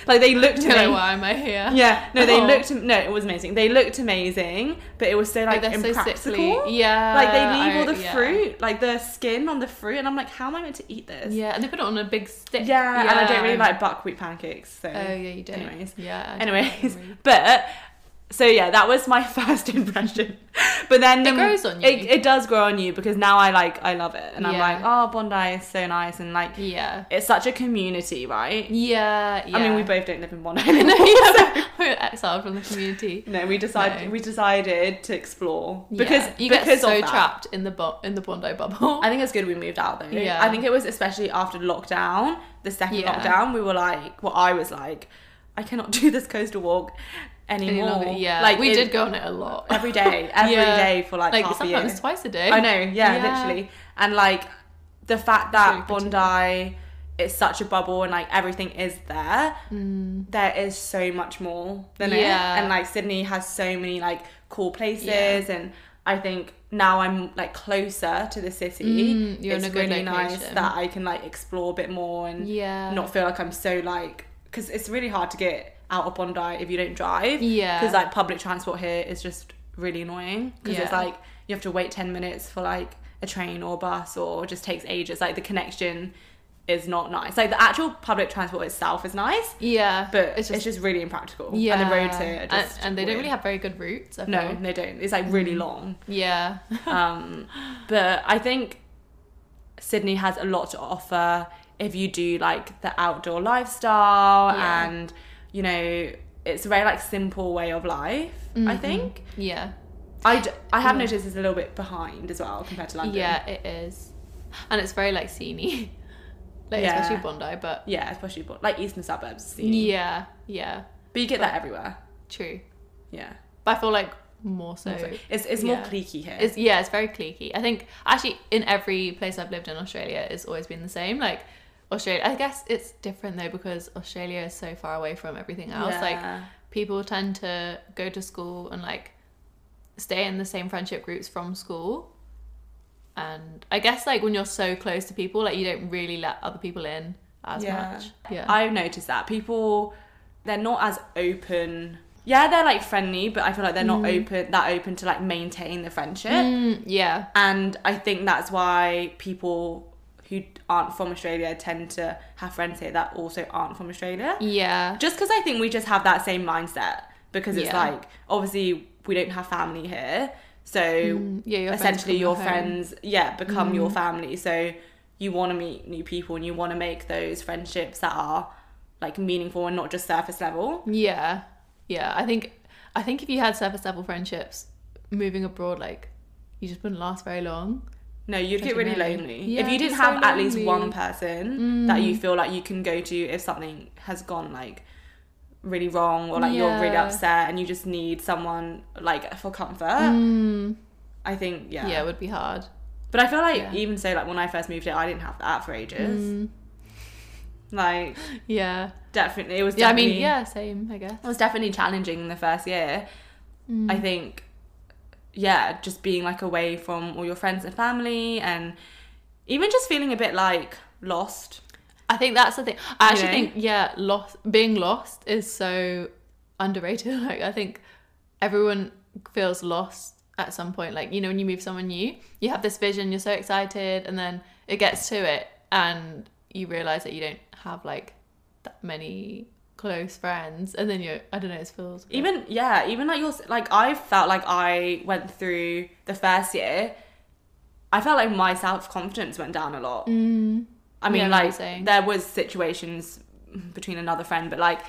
[SPEAKER 3] like they looked
[SPEAKER 2] I don't know
[SPEAKER 3] amazing.
[SPEAKER 2] why am I here?
[SPEAKER 3] Yeah, no, they
[SPEAKER 2] Oh.
[SPEAKER 3] looked. No, it was amazing. They looked amazing, but it was so like
[SPEAKER 2] they're
[SPEAKER 3] impractical.
[SPEAKER 2] Yeah.
[SPEAKER 3] Like they leave all
[SPEAKER 2] I-
[SPEAKER 3] the
[SPEAKER 2] yeah.
[SPEAKER 3] fruit, like the skin on the fruit, and I'm like, how am I meant to eat this?
[SPEAKER 2] Yeah, and they put it on a big stick.
[SPEAKER 3] Yeah, and I don't really like buckwheat pancakes. So,
[SPEAKER 2] Oh yeah, you don't.
[SPEAKER 3] anyways.
[SPEAKER 2] Yeah. I don't like
[SPEAKER 3] anyways,
[SPEAKER 2] them really.
[SPEAKER 3] but so yeah, that was my first impression. but then
[SPEAKER 2] It
[SPEAKER 3] um,
[SPEAKER 2] grows on you.
[SPEAKER 3] It, it does grow on you because now I like I love it, and I'm
[SPEAKER 2] Yeah.
[SPEAKER 3] like, oh, Bondi is so nice, and like
[SPEAKER 2] Yeah.
[SPEAKER 3] it's such a community, right?
[SPEAKER 2] Yeah. Yeah.
[SPEAKER 3] I mean, we both don't live in Bondi
[SPEAKER 2] no,
[SPEAKER 3] anymore.
[SPEAKER 2] yeah, but we're exiled from the community.
[SPEAKER 3] No, we decided
[SPEAKER 2] No.
[SPEAKER 3] we decided to explore because
[SPEAKER 2] Yeah, you
[SPEAKER 3] because
[SPEAKER 2] get so
[SPEAKER 3] of that.
[SPEAKER 2] trapped in the bo- in the Bondi bubble.
[SPEAKER 3] I think it's good we moved out though.
[SPEAKER 2] Yeah.
[SPEAKER 3] I think it was especially after lockdown, the second
[SPEAKER 2] Yeah.
[SPEAKER 3] lockdown, we were like, well, I was like, I cannot do this coastal walk
[SPEAKER 2] Any
[SPEAKER 3] anymore.
[SPEAKER 2] longer, yeah.
[SPEAKER 3] like
[SPEAKER 2] Like we
[SPEAKER 3] it-
[SPEAKER 2] did go on it a lot.
[SPEAKER 3] every day, every day
[SPEAKER 2] Yeah.
[SPEAKER 3] for like,
[SPEAKER 2] like
[SPEAKER 3] half a year.
[SPEAKER 2] sometimes twice a day.
[SPEAKER 3] I know, yeah,
[SPEAKER 2] Oh, Yeah.
[SPEAKER 3] literally. And like the fact
[SPEAKER 2] really
[SPEAKER 3] that
[SPEAKER 2] pretty.
[SPEAKER 3] Bondi is such a bubble and like everything is there,
[SPEAKER 2] Mm,
[SPEAKER 3] there is so much more than it.
[SPEAKER 2] Yeah.
[SPEAKER 3] And like Sydney has so many like cool places
[SPEAKER 2] Yeah.
[SPEAKER 3] and I think now I'm like closer to the city.
[SPEAKER 2] Mm, you're in
[SPEAKER 3] it's
[SPEAKER 2] a good
[SPEAKER 3] really nice
[SPEAKER 2] location.
[SPEAKER 3] that I can like explore a bit more and
[SPEAKER 2] Yeah.
[SPEAKER 3] not feel like I'm so like because it's really hard to get out of Bondi if you don't drive.
[SPEAKER 2] Yeah.
[SPEAKER 3] Because like public transport here is just really annoying because it's
[SPEAKER 2] Yeah.
[SPEAKER 3] like you have to wait ten minutes for like a train or bus or it just takes ages. Like the connection is not nice. Like the actual public transport itself is nice,
[SPEAKER 2] Yeah.
[SPEAKER 3] but it's just, really impractical.
[SPEAKER 2] yeah.
[SPEAKER 3] And the roads here are just
[SPEAKER 2] and, and they don't
[SPEAKER 3] weird.
[SPEAKER 2] really have Mm. very good routes. I
[SPEAKER 3] no,
[SPEAKER 2] feel.
[SPEAKER 3] they don't. It's like really long.
[SPEAKER 2] Yeah.
[SPEAKER 3] Um, but I think Sydney has a lot to offer if you do like the outdoor lifestyle
[SPEAKER 2] Yeah.
[SPEAKER 3] and you know it's a very like simple way of life.
[SPEAKER 2] Mm-hmm.
[SPEAKER 3] I think
[SPEAKER 2] Yeah.
[SPEAKER 3] I, d- I have
[SPEAKER 2] Mm.
[SPEAKER 3] noticed it's a little bit behind as well compared to London.
[SPEAKER 2] Yeah, it is. And it's very like sceney. like
[SPEAKER 3] Yeah.
[SPEAKER 2] especially Bondi, but
[SPEAKER 3] yeah, especially but like eastern suburbs. scene.
[SPEAKER 2] yeah, yeah,
[SPEAKER 3] but you get that everywhere.
[SPEAKER 2] true.
[SPEAKER 3] Yeah,
[SPEAKER 2] But I feel like more so.
[SPEAKER 3] Also, it's it's more
[SPEAKER 2] yeah.
[SPEAKER 3] cliquey here.
[SPEAKER 2] It's yeah, it's very cliquey. I think actually in every place I've lived in Australia, it's always been the same. Like Australia, I guess it's different though because Australia is so far away from everything else. Like
[SPEAKER 3] Yeah.
[SPEAKER 2] people tend to go to school and like stay in the same friendship groups from school. And I guess like when you're so close to people, like you don't really let other people in as
[SPEAKER 3] Yeah.
[SPEAKER 2] much. Yeah.
[SPEAKER 3] I've noticed that people they're not as open. Yeah, they're like friendly, but I feel like they're not open that open to like maintain the friendship.
[SPEAKER 2] Mm, yeah.
[SPEAKER 3] And I think that's why people who aren't from Australia tend to have friends here that also aren't from Australia.
[SPEAKER 2] Yeah.
[SPEAKER 3] Just because I think we just have that same mindset because it's
[SPEAKER 2] Yeah.
[SPEAKER 3] like obviously we don't have family here, so
[SPEAKER 2] Mm, yeah. your friends
[SPEAKER 3] essentially
[SPEAKER 2] come
[SPEAKER 3] your
[SPEAKER 2] home. Mm.
[SPEAKER 3] friends yeah become your family so you want to meet new people and you want to make those friendships that are like meaningful and not just surface level
[SPEAKER 2] Yeah. Yeah. I think I think if you had surface level friendships moving abroad, like you just wouldn't last very long.
[SPEAKER 3] no you'd
[SPEAKER 2] I
[SPEAKER 3] get
[SPEAKER 2] don't
[SPEAKER 3] really
[SPEAKER 2] know.
[SPEAKER 3] lonely
[SPEAKER 2] Yeah,
[SPEAKER 3] if you
[SPEAKER 2] I'd be
[SPEAKER 3] didn't
[SPEAKER 2] so
[SPEAKER 3] have at least
[SPEAKER 2] lonely. Mm.
[SPEAKER 3] one person that you feel like you can go to if something has gone like really wrong or like you're really
[SPEAKER 2] Yeah.
[SPEAKER 3] upset and you just need someone like for comfort
[SPEAKER 2] Mm,
[SPEAKER 3] i think Uh, yeah.
[SPEAKER 2] yeah. it would be hard.
[SPEAKER 3] but i feel like
[SPEAKER 2] Yeah.
[SPEAKER 3] even so like when i first moved here i didn't have that for ages
[SPEAKER 2] Mm,
[SPEAKER 3] like
[SPEAKER 2] yeah.
[SPEAKER 3] definitely it was
[SPEAKER 2] Yeah, I mean,
[SPEAKER 3] definitely-
[SPEAKER 2] yeah, same, I guess.
[SPEAKER 3] It was definitely challenging in the first year. I
[SPEAKER 2] Mm.
[SPEAKER 3] think, yeah, just being like away from all your friends and family, and even just feeling a bit like lost.
[SPEAKER 2] I think that's the thing. I actually
[SPEAKER 3] know?
[SPEAKER 2] think, yeah, lost being lost is so underrated. Like I think everyone feels lost at some point. Like, you know, when you move someone new, you have this vision, you're so excited, and then it gets to it and you realise that you don't have like that many close friends and then you're I don't know, it feels a bit-
[SPEAKER 3] Even yeah, even like your like I felt like I went through the first year. I felt like my self confidence went down a lot.
[SPEAKER 2] Mm,
[SPEAKER 3] I
[SPEAKER 2] Yeah, I know
[SPEAKER 3] mean,
[SPEAKER 2] what you're
[SPEAKER 3] like
[SPEAKER 2] saying.
[SPEAKER 3] there was situations between another friend, but like,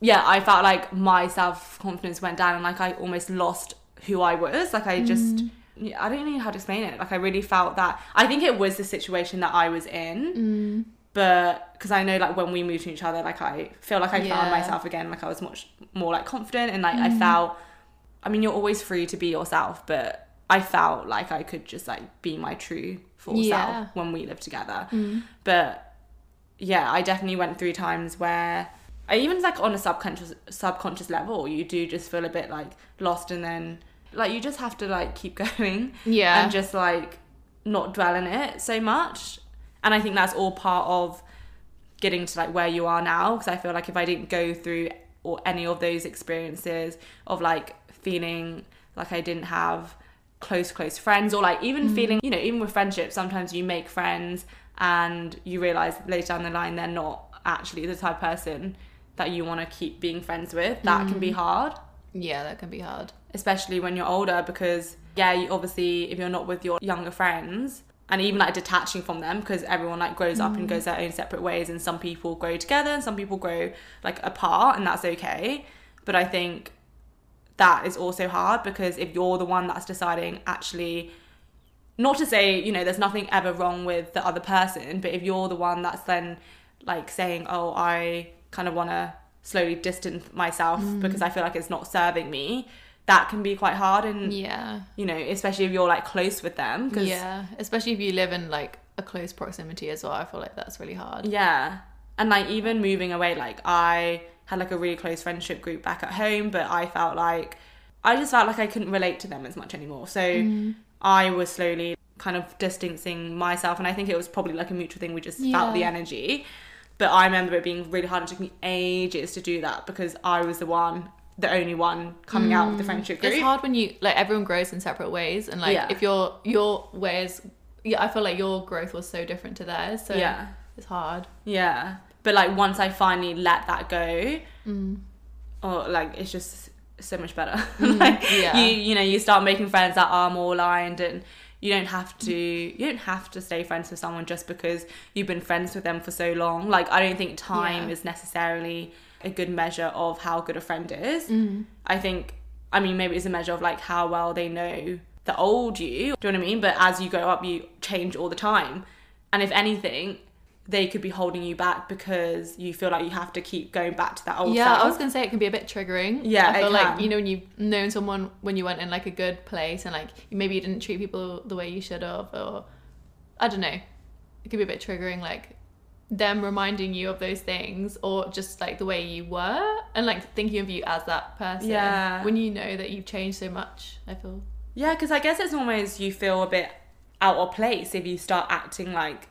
[SPEAKER 3] yeah, I felt like my self confidence went down, and like I almost lost who I was. Like I
[SPEAKER 2] Mm.
[SPEAKER 3] just, yeah, I don't even know how to explain it. Like I really felt that. I think it was the situation that I was
[SPEAKER 2] Mm.
[SPEAKER 3] in, but because I know like when we moved to each other, like I feel like I
[SPEAKER 2] Yeah. Mm.
[SPEAKER 3] found myself again. Like I was much more like confident, and like I felt. I mean, you're always free to be yourself, but I felt like I could just like be my true full
[SPEAKER 2] Yeah.
[SPEAKER 3] self when we lived together. But yeah, I definitely went through times where I even like on a subconscious subconscious level, you do just feel a bit like lost and then like you just have to like keep going
[SPEAKER 2] Yeah.
[SPEAKER 3] and just like not dwell in it so much. And I think that's all part of getting to like where you are now because I feel like if I didn't go through or any of those experiences of like feeling like I didn't have close close friends or like even feeling you know even with friendships sometimes you make friends and you realize later down the line they're not actually the type of person that you want to keep being friends with that can be hard
[SPEAKER 2] yeah, that can be hard.
[SPEAKER 3] especially when you're older because yeah you obviously if you're not with your younger friends and even like detaching from them because everyone like grows up and goes their own separate ways and some people grow together and some people grow like apart and that's okay but i think that is also hard because if you're the one that's deciding actually not to say you know there's nothing ever wrong with the other person but if you're the one that's then like saying oh i kind of want to slowly distance myself
[SPEAKER 2] Mm.
[SPEAKER 3] because I feel like it's not serving me, that can be quite hard. And,
[SPEAKER 2] Yeah.
[SPEAKER 3] you know, especially if you're like close with them. Cause,
[SPEAKER 2] Yeah. Especially if you live in like a close proximity as well. I feel like that's really hard.
[SPEAKER 3] Yeah. And like even moving away, like I had like a really close friendship group back at home, but I felt like I just felt like I couldn't relate to them as much anymore. So
[SPEAKER 2] Mm.
[SPEAKER 3] I was slowly kind of distancing myself and I think it was probably like a mutual thing. We just felt the
[SPEAKER 2] Yeah.
[SPEAKER 3] energy. But I remember it being really hard. It took me ages to do that because I was the one, the only one coming out with the friendship group.
[SPEAKER 2] Mm. It's hard when you like everyone grows in separate ways, and like
[SPEAKER 3] Yeah.
[SPEAKER 2] if your your ways, yeah, I feel like your growth was so different to theirs. So
[SPEAKER 3] Yeah.
[SPEAKER 2] it's hard.
[SPEAKER 3] Yeah. But like once I finally let that go, Mm. or like it's just so much better. like
[SPEAKER 2] Mm, yeah.
[SPEAKER 3] you you know, you start making friends that are more aligned and you don't have to you don't have to stay friends with someone just because you've been friends with them for so long. Like I don't think time
[SPEAKER 2] Yeah.
[SPEAKER 3] is necessarily a good measure of how good a friend is.
[SPEAKER 2] Mm.
[SPEAKER 3] I think I mean maybe it's a measure of like how well they know the old you. Do you know what I mean? But as you grow up you change all the time. And if anything, they could be holding you back because you feel like you have to keep going back to that old
[SPEAKER 2] yeah,
[SPEAKER 3] self.
[SPEAKER 2] I was gonna say it can be a bit triggering.
[SPEAKER 3] Yeah,
[SPEAKER 2] I
[SPEAKER 3] it
[SPEAKER 2] feel
[SPEAKER 3] can.
[SPEAKER 2] like you know when you've known someone when you weren't in like a good place, and like maybe you didn't treat people the way you should have, or I don't know, it could be a bit triggering. Like them reminding you of those things, or just like the way you were, and like thinking of you as that person.
[SPEAKER 3] Yeah.
[SPEAKER 2] when you know that you've changed so much, I feel
[SPEAKER 3] Yeah, because I guess it's almost you feel a bit out of place if you start acting like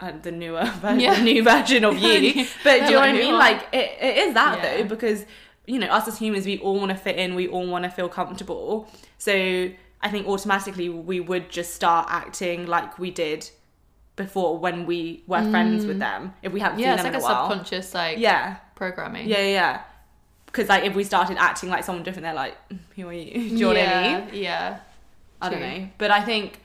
[SPEAKER 3] uh, the newer ver-
[SPEAKER 2] Yeah.
[SPEAKER 3] the new version of you. but do you know what I
[SPEAKER 2] Like,
[SPEAKER 3] mean?
[SPEAKER 2] who
[SPEAKER 3] Like it, it is that
[SPEAKER 2] Yeah.
[SPEAKER 3] though because you know us as humans we all want to fit in, we all want to feel comfortable. So I think automatically we would just start acting like we did before when we were friends with them if we hadn't
[SPEAKER 2] Mm. yeah,
[SPEAKER 3] seen
[SPEAKER 2] it's
[SPEAKER 3] them
[SPEAKER 2] like a
[SPEAKER 3] in a while.
[SPEAKER 2] subconscious like
[SPEAKER 3] Yeah.
[SPEAKER 2] programming.
[SPEAKER 3] Yeah, yeah, yeah. Because like if we started acting like someone different, they're like, "Mm, "Who are you?" Do you know what I mean?
[SPEAKER 2] yeah, Yeah,
[SPEAKER 3] I don't
[SPEAKER 2] True.
[SPEAKER 3] know. But I think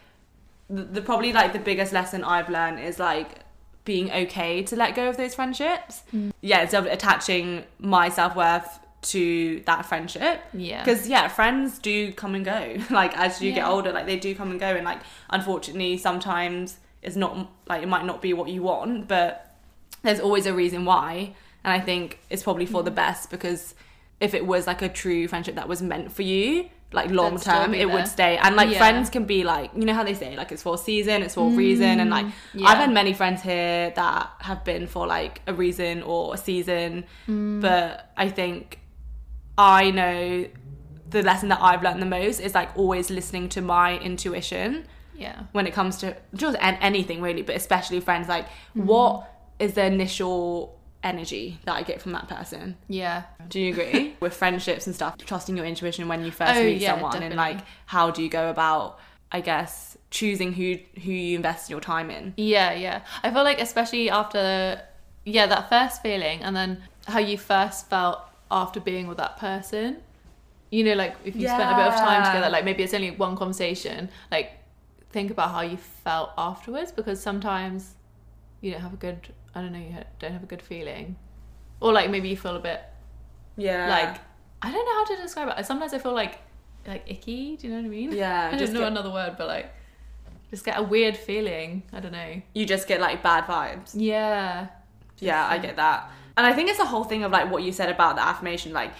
[SPEAKER 3] the, the probably like the biggest lesson I've learned is like being okay to let go of those friendships. Yeah, instead of attaching my self worth to that friendship.
[SPEAKER 2] yeah.
[SPEAKER 3] Because yeah, friends do come and go. Like as you get
[SPEAKER 2] Yeah.
[SPEAKER 3] older, like they do come and go, and like unfortunately, sometimes it's not like it might not be what you want, but there's always a reason why. And I think it's probably for
[SPEAKER 2] Mm.
[SPEAKER 3] the best because if it was like a true friendship that was meant for you, like long
[SPEAKER 2] still
[SPEAKER 3] term,
[SPEAKER 2] be
[SPEAKER 3] it
[SPEAKER 2] there.
[SPEAKER 3] would stay. And like
[SPEAKER 2] Yeah.
[SPEAKER 3] friends can be like, you know how they say, like it's for a season, it's for a reason. And like
[SPEAKER 2] yeah.
[SPEAKER 3] I've had many friends here that have been for like a reason or a season,
[SPEAKER 2] Mm.
[SPEAKER 3] but I think I know the lesson that I've learned the most is like always listening to my intuition
[SPEAKER 2] yeah.
[SPEAKER 3] when it comes to just an- anything really, but especially friends. Like,
[SPEAKER 2] Mm.
[SPEAKER 3] what is the initial energy that I get from that person?
[SPEAKER 2] Yeah.
[SPEAKER 3] Do you agree with friendships and stuff? Trusting your intuition when you first
[SPEAKER 2] Oh,
[SPEAKER 3] meet
[SPEAKER 2] yeah,
[SPEAKER 3] someone, and
[SPEAKER 2] definitely.
[SPEAKER 3] like, how do you go about? I guess choosing who who you invest your time in.
[SPEAKER 2] Yeah, yeah. I feel like especially after yeah, that first feeling and then how you first felt after being with that person. You know, like if you spent a bit of time
[SPEAKER 3] Yeah.
[SPEAKER 2] together, like maybe it's only one conversation, like think about how you felt afterwards because sometimes you don't have a good I don't know, you ha- don't have a good feeling. Or like maybe you feel a bit
[SPEAKER 3] Yeah,
[SPEAKER 2] like I don't know how to describe it. Sometimes I feel like like icky, do you know what I mean?
[SPEAKER 3] yeah,
[SPEAKER 2] I
[SPEAKER 3] just
[SPEAKER 2] don't know
[SPEAKER 3] get-
[SPEAKER 2] another word, but like just get a weird feeling. I don't know.
[SPEAKER 3] you just get like bad vibes.
[SPEAKER 2] Yeah.
[SPEAKER 3] Yeah, I get that. And I think it's the whole thing of like what you said about the affirmation, like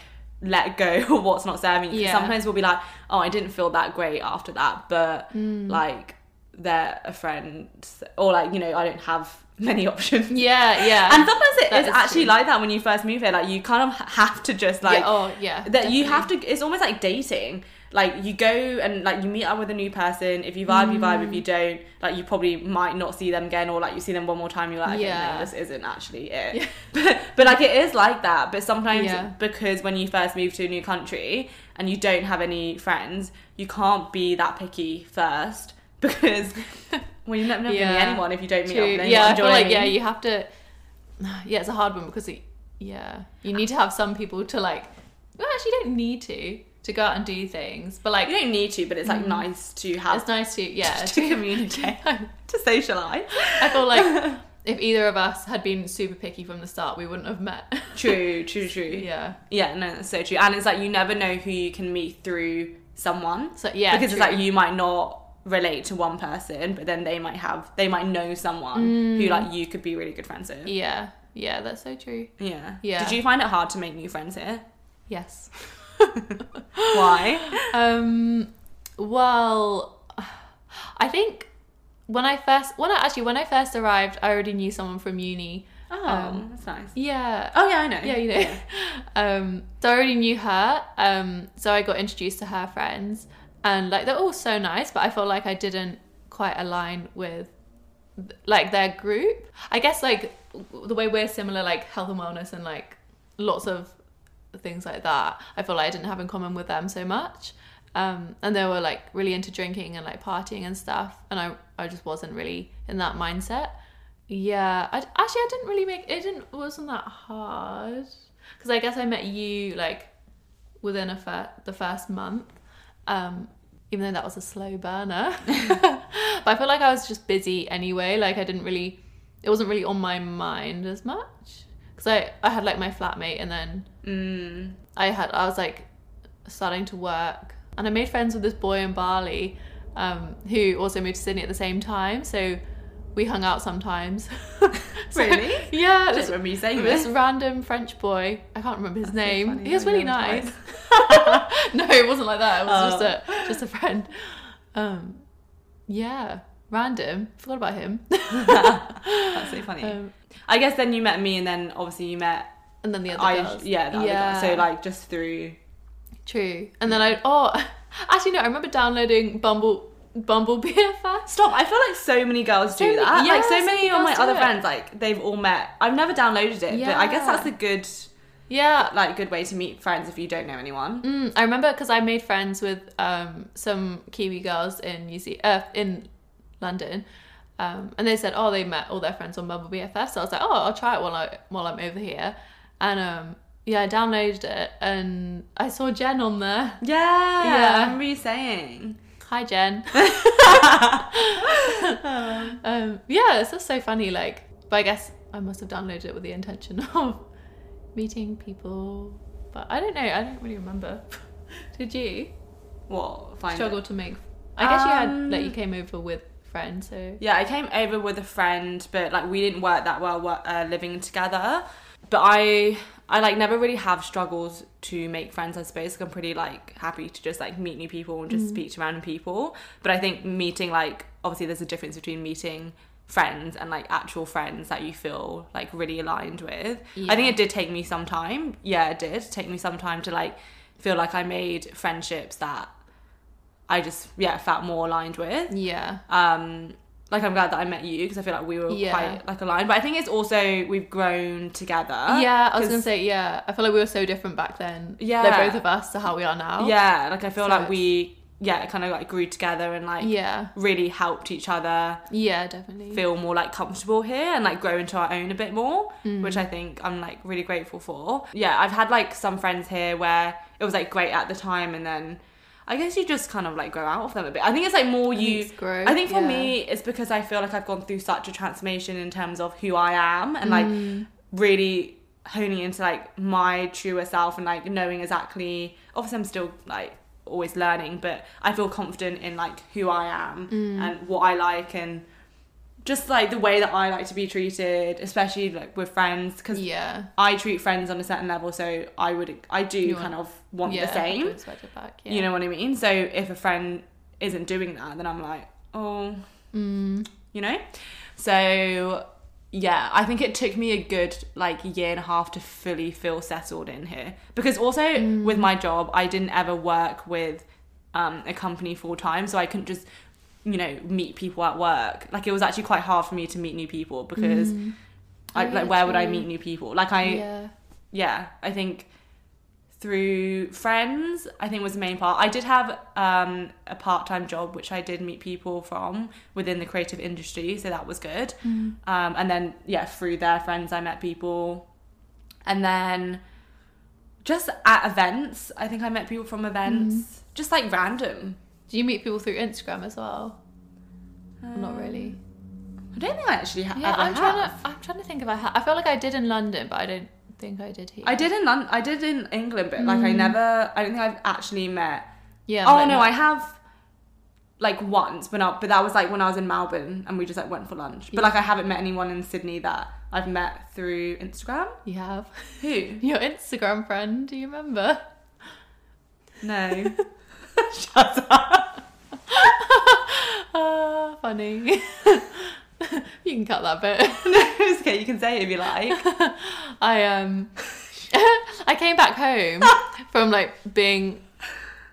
[SPEAKER 3] let go of what's not serving you. 'Cause
[SPEAKER 2] Yeah.
[SPEAKER 3] Sometimes we'll be like, oh, I didn't feel that great after that, but
[SPEAKER 2] Mm.
[SPEAKER 3] like they're a friend, or like you know, I don't have many options.
[SPEAKER 2] Yeah, yeah.
[SPEAKER 3] And sometimes it
[SPEAKER 2] That
[SPEAKER 3] is
[SPEAKER 2] is
[SPEAKER 3] actually
[SPEAKER 2] true.
[SPEAKER 3] like that when you first move here. Like you kind of have to just like
[SPEAKER 2] yeah, oh yeah.
[SPEAKER 3] that you have to it's almost like dating like you go and like you meet up with a new person if you vibe you vibe
[SPEAKER 2] Mm.
[SPEAKER 3] if you don't like you probably might not see them again or like you see them one more time you're like okay,
[SPEAKER 2] Yeah.
[SPEAKER 3] no, this isn't actually it but, but like it is like that but sometimes
[SPEAKER 2] Yeah.
[SPEAKER 3] because when you first move to a new country and you don't have any friends you can't be that picky first because well you're never going to meet
[SPEAKER 2] Yeah.
[SPEAKER 3] anyone if you don't meet up
[SPEAKER 2] True.
[SPEAKER 3] with anyone
[SPEAKER 2] Yeah, I
[SPEAKER 3] do
[SPEAKER 2] feel
[SPEAKER 3] you know what
[SPEAKER 2] like
[SPEAKER 3] I
[SPEAKER 2] yeah,
[SPEAKER 3] mean?
[SPEAKER 2] you have to. Yeah, it's a hard one because it, yeah, you need to have some people to like. Well, actually, you don't need to to go out and do things, but like
[SPEAKER 3] you don't need to but it's like nice to have
[SPEAKER 2] Mm. it's nice to yeah.
[SPEAKER 3] to communicate to socialize
[SPEAKER 2] I feel like if either of us had been super picky from the start, we wouldn't have met.
[SPEAKER 3] True, true, true. Yeah.
[SPEAKER 2] yeah.
[SPEAKER 3] no, that's so true. And it's like you never know who you can meet through someone.
[SPEAKER 2] So yeah,
[SPEAKER 3] because it's
[SPEAKER 2] true.
[SPEAKER 3] like you might not relate to one person, but then they might have they might know someone who like you could be really good friends with.
[SPEAKER 2] Mm. Yeah, Yeah, that's so true.
[SPEAKER 3] Yeah.
[SPEAKER 2] Yeah.
[SPEAKER 3] Did you find it hard to make new friends here?
[SPEAKER 2] Yes.
[SPEAKER 3] Why?
[SPEAKER 2] Um, well, I think when I first, when I actually, when I first arrived, I already knew someone from uni.
[SPEAKER 3] Oh,
[SPEAKER 2] Um,
[SPEAKER 3] that's nice.
[SPEAKER 2] Yeah.
[SPEAKER 3] Oh yeah, I know.
[SPEAKER 2] Yeah, you know. Um, so I already knew her. Um, so I got introduced to her friends, and like they're all so nice, but I felt like I didn't quite align with like their group. I guess like the way we're similar, like health and wellness, and like lots of things like that. I feel like I didn't have in common with them so much. Um, and they were like really into drinking and like partying and stuff, and I I just wasn't really in that mindset. Yeah, I actually I didn't really make it. Didn't wasn't that hard because I guess I met you like within a fir- the first month, um, even though that was a slow burner. but I feel like I was just busy anyway. Like I didn't really, it wasn't really on my mind as much because I I had like my flatmate and then
[SPEAKER 3] Mm.
[SPEAKER 2] I had I was like starting to work and I made friends with this boy in Bali um, who also moved to Sydney at the same time so we hung out sometimes So-
[SPEAKER 3] Really?
[SPEAKER 2] yeah
[SPEAKER 3] I just
[SPEAKER 2] this,
[SPEAKER 3] remember you saying
[SPEAKER 2] this
[SPEAKER 3] this.
[SPEAKER 2] random French boy I can't remember his
[SPEAKER 3] That's so
[SPEAKER 2] name
[SPEAKER 3] funny
[SPEAKER 2] he was
[SPEAKER 3] that you
[SPEAKER 2] really
[SPEAKER 3] remembered
[SPEAKER 2] nice no it wasn't like that it was
[SPEAKER 3] Oh.
[SPEAKER 2] just a just a friend um, yeah random forgot about him
[SPEAKER 3] That's so funny.
[SPEAKER 2] um,
[SPEAKER 3] I guess then you met me, and then obviously you met
[SPEAKER 2] and then the other
[SPEAKER 3] I.
[SPEAKER 2] girls
[SPEAKER 3] Yeah, the Other girl. So like just through.
[SPEAKER 2] True. And then I oh actually no, I remember downloading Bumble Bumble BFFs.
[SPEAKER 3] Stop! I feel like so many girls
[SPEAKER 2] So
[SPEAKER 3] do
[SPEAKER 2] many-
[SPEAKER 3] that.
[SPEAKER 2] yeah,
[SPEAKER 3] like so
[SPEAKER 2] so
[SPEAKER 3] many
[SPEAKER 2] many
[SPEAKER 3] of my
[SPEAKER 2] girls do
[SPEAKER 3] other
[SPEAKER 2] it.
[SPEAKER 3] friends, like they've all met. I've never downloaded it, but I guess
[SPEAKER 2] Yeah.
[SPEAKER 3] that's a good,
[SPEAKER 2] Yeah.
[SPEAKER 3] like, good way to meet friends if you don't know anyone.
[SPEAKER 2] Mm, I remember because I made friends with um, some Kiwi girls in UC uh, in London, um, and they said, "Oh, they met all their friends on Bumble BFF." So I was like, "Oh, I'll try it while I while I'm over here," and um, yeah, I downloaded it and I saw Jen on there.
[SPEAKER 3] Yeah,
[SPEAKER 2] Yeah.
[SPEAKER 3] I remember you saying.
[SPEAKER 2] Hi, Jen. um, yeah, it's just so funny. Like, but I guess I must have downloaded it with the intention of meeting people. But I don't know. I don't really remember. Did you
[SPEAKER 3] What? Find
[SPEAKER 2] struggle to make? I guess you had like
[SPEAKER 3] Um,
[SPEAKER 2] you came over with friends, so
[SPEAKER 3] Yeah, I came over with a friend, but like we didn't work that well wo- uh, living together. But I, I like never really have struggles to make friends. I suppose like, I'm pretty like happy to just like meet new people and just speak to random people. But I think meeting like obviously there's a difference between meeting friends and like actual friends that you feel like really aligned with. I think
[SPEAKER 2] Yeah.
[SPEAKER 3] it did take me some time. Yeah, it did take me some time to like feel like I made friendships that I just yeah felt more aligned with
[SPEAKER 2] yeah,
[SPEAKER 3] um like I'm glad that I met you because I feel like we were
[SPEAKER 2] Yeah.
[SPEAKER 3] quite like aligned. But I think it's also we've grown together.
[SPEAKER 2] yeah. I was
[SPEAKER 3] Uh, 'cause-
[SPEAKER 2] gonna say yeah. I feel like we were so different back then.
[SPEAKER 3] Yeah.
[SPEAKER 2] they're both of us to how we are now.
[SPEAKER 3] Yeah, like I feel
[SPEAKER 2] So
[SPEAKER 3] like
[SPEAKER 2] it's-
[SPEAKER 3] we yeah kind of like grew together and like
[SPEAKER 2] yeah,
[SPEAKER 3] really helped each other
[SPEAKER 2] yeah, definitely.
[SPEAKER 3] feel more like comfortable here and like grow into our own a bit more,
[SPEAKER 2] Mm.
[SPEAKER 3] which I think I'm like really grateful for. Yeah, I've had like some friends here where it was like great at the time and then. I guess you just kind of like grow out of them a bit. I think it's like more
[SPEAKER 2] I think
[SPEAKER 3] you
[SPEAKER 2] it's growth,
[SPEAKER 3] I think for
[SPEAKER 2] yeah.
[SPEAKER 3] me, it's because I feel like I've gone through such a transformation in terms of who I am and like
[SPEAKER 2] Mm.
[SPEAKER 3] really honing into like my truer self and like knowing exactly. Obviously, I'm still like always learning, but I feel confident in like who I am
[SPEAKER 2] Mm.
[SPEAKER 3] and what I like and just like the way that I like to be treated, especially like with friends, because
[SPEAKER 2] yeah,
[SPEAKER 3] I treat friends on a certain level, so I would I do
[SPEAKER 2] You
[SPEAKER 3] kind
[SPEAKER 2] want-
[SPEAKER 3] of want
[SPEAKER 2] yeah,
[SPEAKER 3] the
[SPEAKER 2] I have to
[SPEAKER 3] same.
[SPEAKER 2] expect it back,
[SPEAKER 3] You
[SPEAKER 2] yeah.
[SPEAKER 3] know what I mean? So if a friend isn't doing that, then I'm like, oh
[SPEAKER 2] Mm.
[SPEAKER 3] you know? So yeah, I think it took me a good like year and a half to fully feel settled in here because also
[SPEAKER 2] Mm.
[SPEAKER 3] with my job, I didn't ever work with um, a company full time, so I couldn't just you know meet people at work. Like it was actually quite hard for me to meet new people because I,
[SPEAKER 2] Oh,
[SPEAKER 3] like
[SPEAKER 2] Mm. yeah,
[SPEAKER 3] where would I
[SPEAKER 2] true.
[SPEAKER 3] meet new people? Like I
[SPEAKER 2] yeah.
[SPEAKER 3] yeah, I think through friends, I think was the main part. I did have um, a part time job which I did meet people from within the creative industry, so that was good. Um, and then, yeah, through their friends, I met people. And then just at events, I think I met people from events,
[SPEAKER 2] Mm-hmm.
[SPEAKER 3] just like random.
[SPEAKER 2] Do you meet people through Instagram as well? Or Not really.
[SPEAKER 3] I don't think Um, I actually ha-
[SPEAKER 2] Yeah,
[SPEAKER 3] ever
[SPEAKER 2] I'm
[SPEAKER 3] have.
[SPEAKER 2] trying to. I'm trying to think if I. Ha- I feel like I did in London, but I don't think I did here.
[SPEAKER 3] I did in London, I did in England, but
[SPEAKER 2] Mm.
[SPEAKER 3] like I never, I don't think I've actually met
[SPEAKER 2] Yeah.
[SPEAKER 3] Oh
[SPEAKER 2] but
[SPEAKER 3] no, I have like once, but not. But that was like when I was in Melbourne and we just like went for lunch. But like I haven't met anyone in Sydney that I've met through Instagram.
[SPEAKER 2] You have
[SPEAKER 3] Who?
[SPEAKER 2] your Instagram friend. Do you remember?
[SPEAKER 3] No.
[SPEAKER 2] Ah, funny. you can cut that bit.
[SPEAKER 3] it's okay, you can say it if you like.
[SPEAKER 2] I um I came back home from like being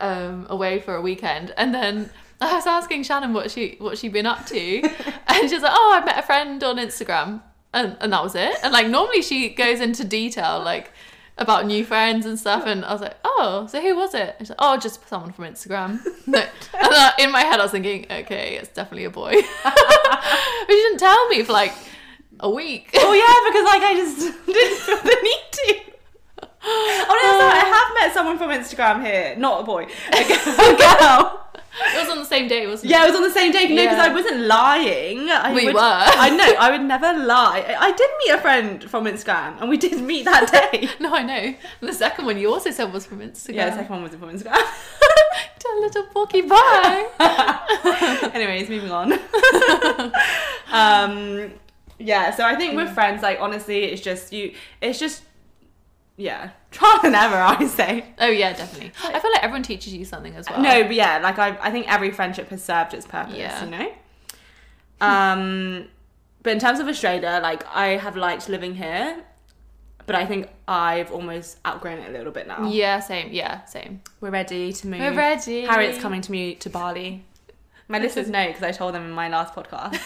[SPEAKER 2] um away for a weekend and then I was asking Shannon what she what she'd been up to and she's like, Oh, I met a friend on Instagram and, and that was it. And like normally she goes into detail like about new friends and stuff and I was like, Oh, so who was it? And she's like, Oh, just someone from Instagram. Like, and I, in my head I was thinking, Okay, it's definitely a boy. but she didn't tell me for like a week.
[SPEAKER 3] Oh yeah, because like I just didn't feel the need to. Oh no, sorry, I have met someone from Instagram here. Not a boy. A girl. A girl.
[SPEAKER 2] It was on the same day, wasn't
[SPEAKER 3] Yeah, it was on the same day. No, because
[SPEAKER 2] Yeah.
[SPEAKER 3] I wasn't lying. I
[SPEAKER 2] We
[SPEAKER 3] would-
[SPEAKER 2] were.
[SPEAKER 3] I know. I would never lie. I, I did meet a friend from Instagram, and we did meet that day.
[SPEAKER 2] it? No, I know. And the second one you also said was from Instagram.
[SPEAKER 3] Yeah, the second one was from Instagram.
[SPEAKER 2] Tell little porky pie.
[SPEAKER 3] Anyways, moving on. um, yeah, so I think
[SPEAKER 2] Mm.
[SPEAKER 3] with friends, like honestly, it's just you. It's just yeah, trial and error. I say
[SPEAKER 2] oh yeah, definitely. I feel like everyone teaches you something as well.
[SPEAKER 3] no, but yeah, like I, I think every friendship has served its purpose.
[SPEAKER 2] Yeah.
[SPEAKER 3] You know. Um, but in terms of Australia, like I have liked living here, but I think I've almost outgrown it a little bit now.
[SPEAKER 2] Yeah, same. Yeah, same.
[SPEAKER 3] We're ready to move.
[SPEAKER 2] We're ready.
[SPEAKER 3] Harriet's coming to me to Bali. My listeners know because I told them in my last podcast.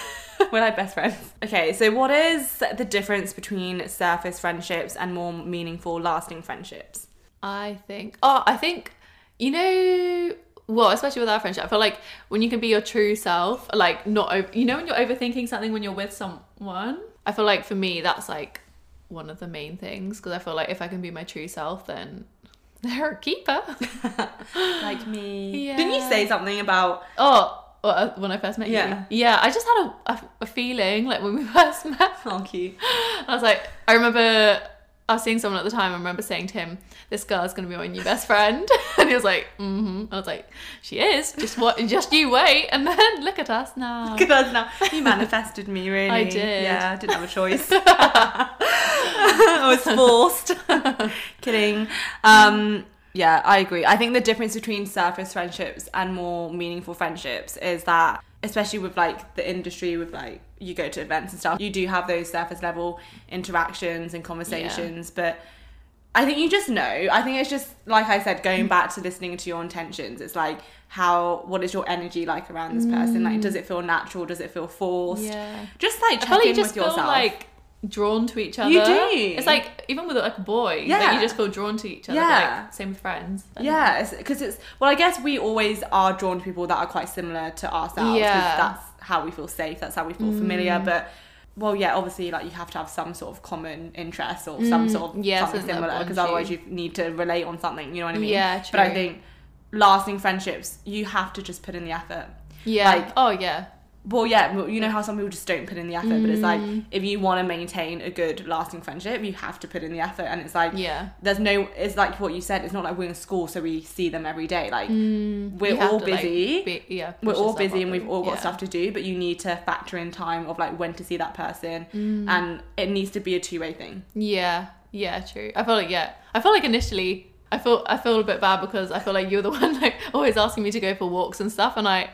[SPEAKER 3] We're like best friends. Okay, so what is the difference between surface friendships and more meaningful, lasting friendships?
[SPEAKER 2] I think. Oh, I think. You know. Well, especially with our friendship, I feel like when you can be your true self, like not over, you know when you're overthinking something when you're with someone. I feel like for me that's like one of the main things because I feel like if I can be my true self, then they're a keeper.
[SPEAKER 3] Like me. Didn't you say
[SPEAKER 2] Yeah.
[SPEAKER 3] something about?
[SPEAKER 2] Oh, well, uh, when I first met
[SPEAKER 3] Yeah.
[SPEAKER 2] you. Yeah, I just had a, a, a feeling like when we first met.
[SPEAKER 3] Oh, cute.
[SPEAKER 2] I was like, I remember I was seeing someone at the time. I remember saying to him, "This girl's gonna be my new best friend," and he was like, "Mm-hmm." I was like, "She is. Just what? Just you wait." And then look at us now.
[SPEAKER 3] Look at us now. You manifested me, really.
[SPEAKER 2] I did.
[SPEAKER 3] Yeah, I didn't have a choice. I was forced. Kidding. Um, yeah, I agree. I think the difference between surface friendships and more meaningful friendships is that, especially with like the industry, with like you go to events and stuff, you do have those surface level interactions and conversations, but. I think you just know. I think it's just like I said, going
[SPEAKER 2] Mm.
[SPEAKER 3] back to listening to your intentions. It's like how what is your energy like around this person? Like, does it feel natural? Does it feel forced?
[SPEAKER 2] Mm. Yeah.
[SPEAKER 3] Just like
[SPEAKER 2] I
[SPEAKER 3] check
[SPEAKER 2] feel like you
[SPEAKER 3] in
[SPEAKER 2] just
[SPEAKER 3] with
[SPEAKER 2] feel
[SPEAKER 3] yourself.
[SPEAKER 2] like drawn to each other.
[SPEAKER 3] You do.
[SPEAKER 2] It's like even with like a boy, yeah.
[SPEAKER 3] Yeah.
[SPEAKER 2] you just feel drawn to each other.
[SPEAKER 3] Yeah.
[SPEAKER 2] Like, same with friends. I don't know.
[SPEAKER 3] yeah, because it's, well, I guess we always are drawn to people that are quite similar to ourselves. 'cause
[SPEAKER 2] Yeah. Mm.
[SPEAKER 3] that's how we feel safe. That's how we feel familiar. But well, yeah, obviously, like you have to have some sort of common interest or some
[SPEAKER 2] Mm,
[SPEAKER 3] sort of
[SPEAKER 2] yeah,
[SPEAKER 3] something
[SPEAKER 2] something that
[SPEAKER 3] similar. Because
[SPEAKER 2] bonds
[SPEAKER 3] otherwise,
[SPEAKER 2] you.
[SPEAKER 3] you need to relate on something. You know what I mean?
[SPEAKER 2] Yeah,
[SPEAKER 3] But I
[SPEAKER 2] true.
[SPEAKER 3] think lasting friendships, you have to just put in the effort.
[SPEAKER 2] Yeah.
[SPEAKER 3] Like-
[SPEAKER 2] oh yeah.
[SPEAKER 3] Well, yeah, well, you know how some people just don't put in the effort, but it's like
[SPEAKER 2] Mm.
[SPEAKER 3] if you want to maintain a good, lasting friendship, you have to put in the effort, and it's like
[SPEAKER 2] Yeah.
[SPEAKER 3] there's no. It's like what you said. It's not like we're in school, so we see them every day. Like
[SPEAKER 2] Mm.
[SPEAKER 3] we're
[SPEAKER 2] You have
[SPEAKER 3] all
[SPEAKER 2] to, like,
[SPEAKER 3] busy.
[SPEAKER 2] be- yeah.
[SPEAKER 3] we're
[SPEAKER 2] push
[SPEAKER 3] all
[SPEAKER 2] yourself
[SPEAKER 3] busy and
[SPEAKER 2] up
[SPEAKER 3] we've all got
[SPEAKER 2] yeah.
[SPEAKER 3] stuff to do, but you need to factor in time of like when to see that person,
[SPEAKER 2] Mm.
[SPEAKER 3] and it needs to be a two way thing.
[SPEAKER 2] Yeah, yeah, true. I feel like yeah. I feel like initially I feel I feel a bit bad because I feel like you're the one like always asking me to go for walks and stuff, and I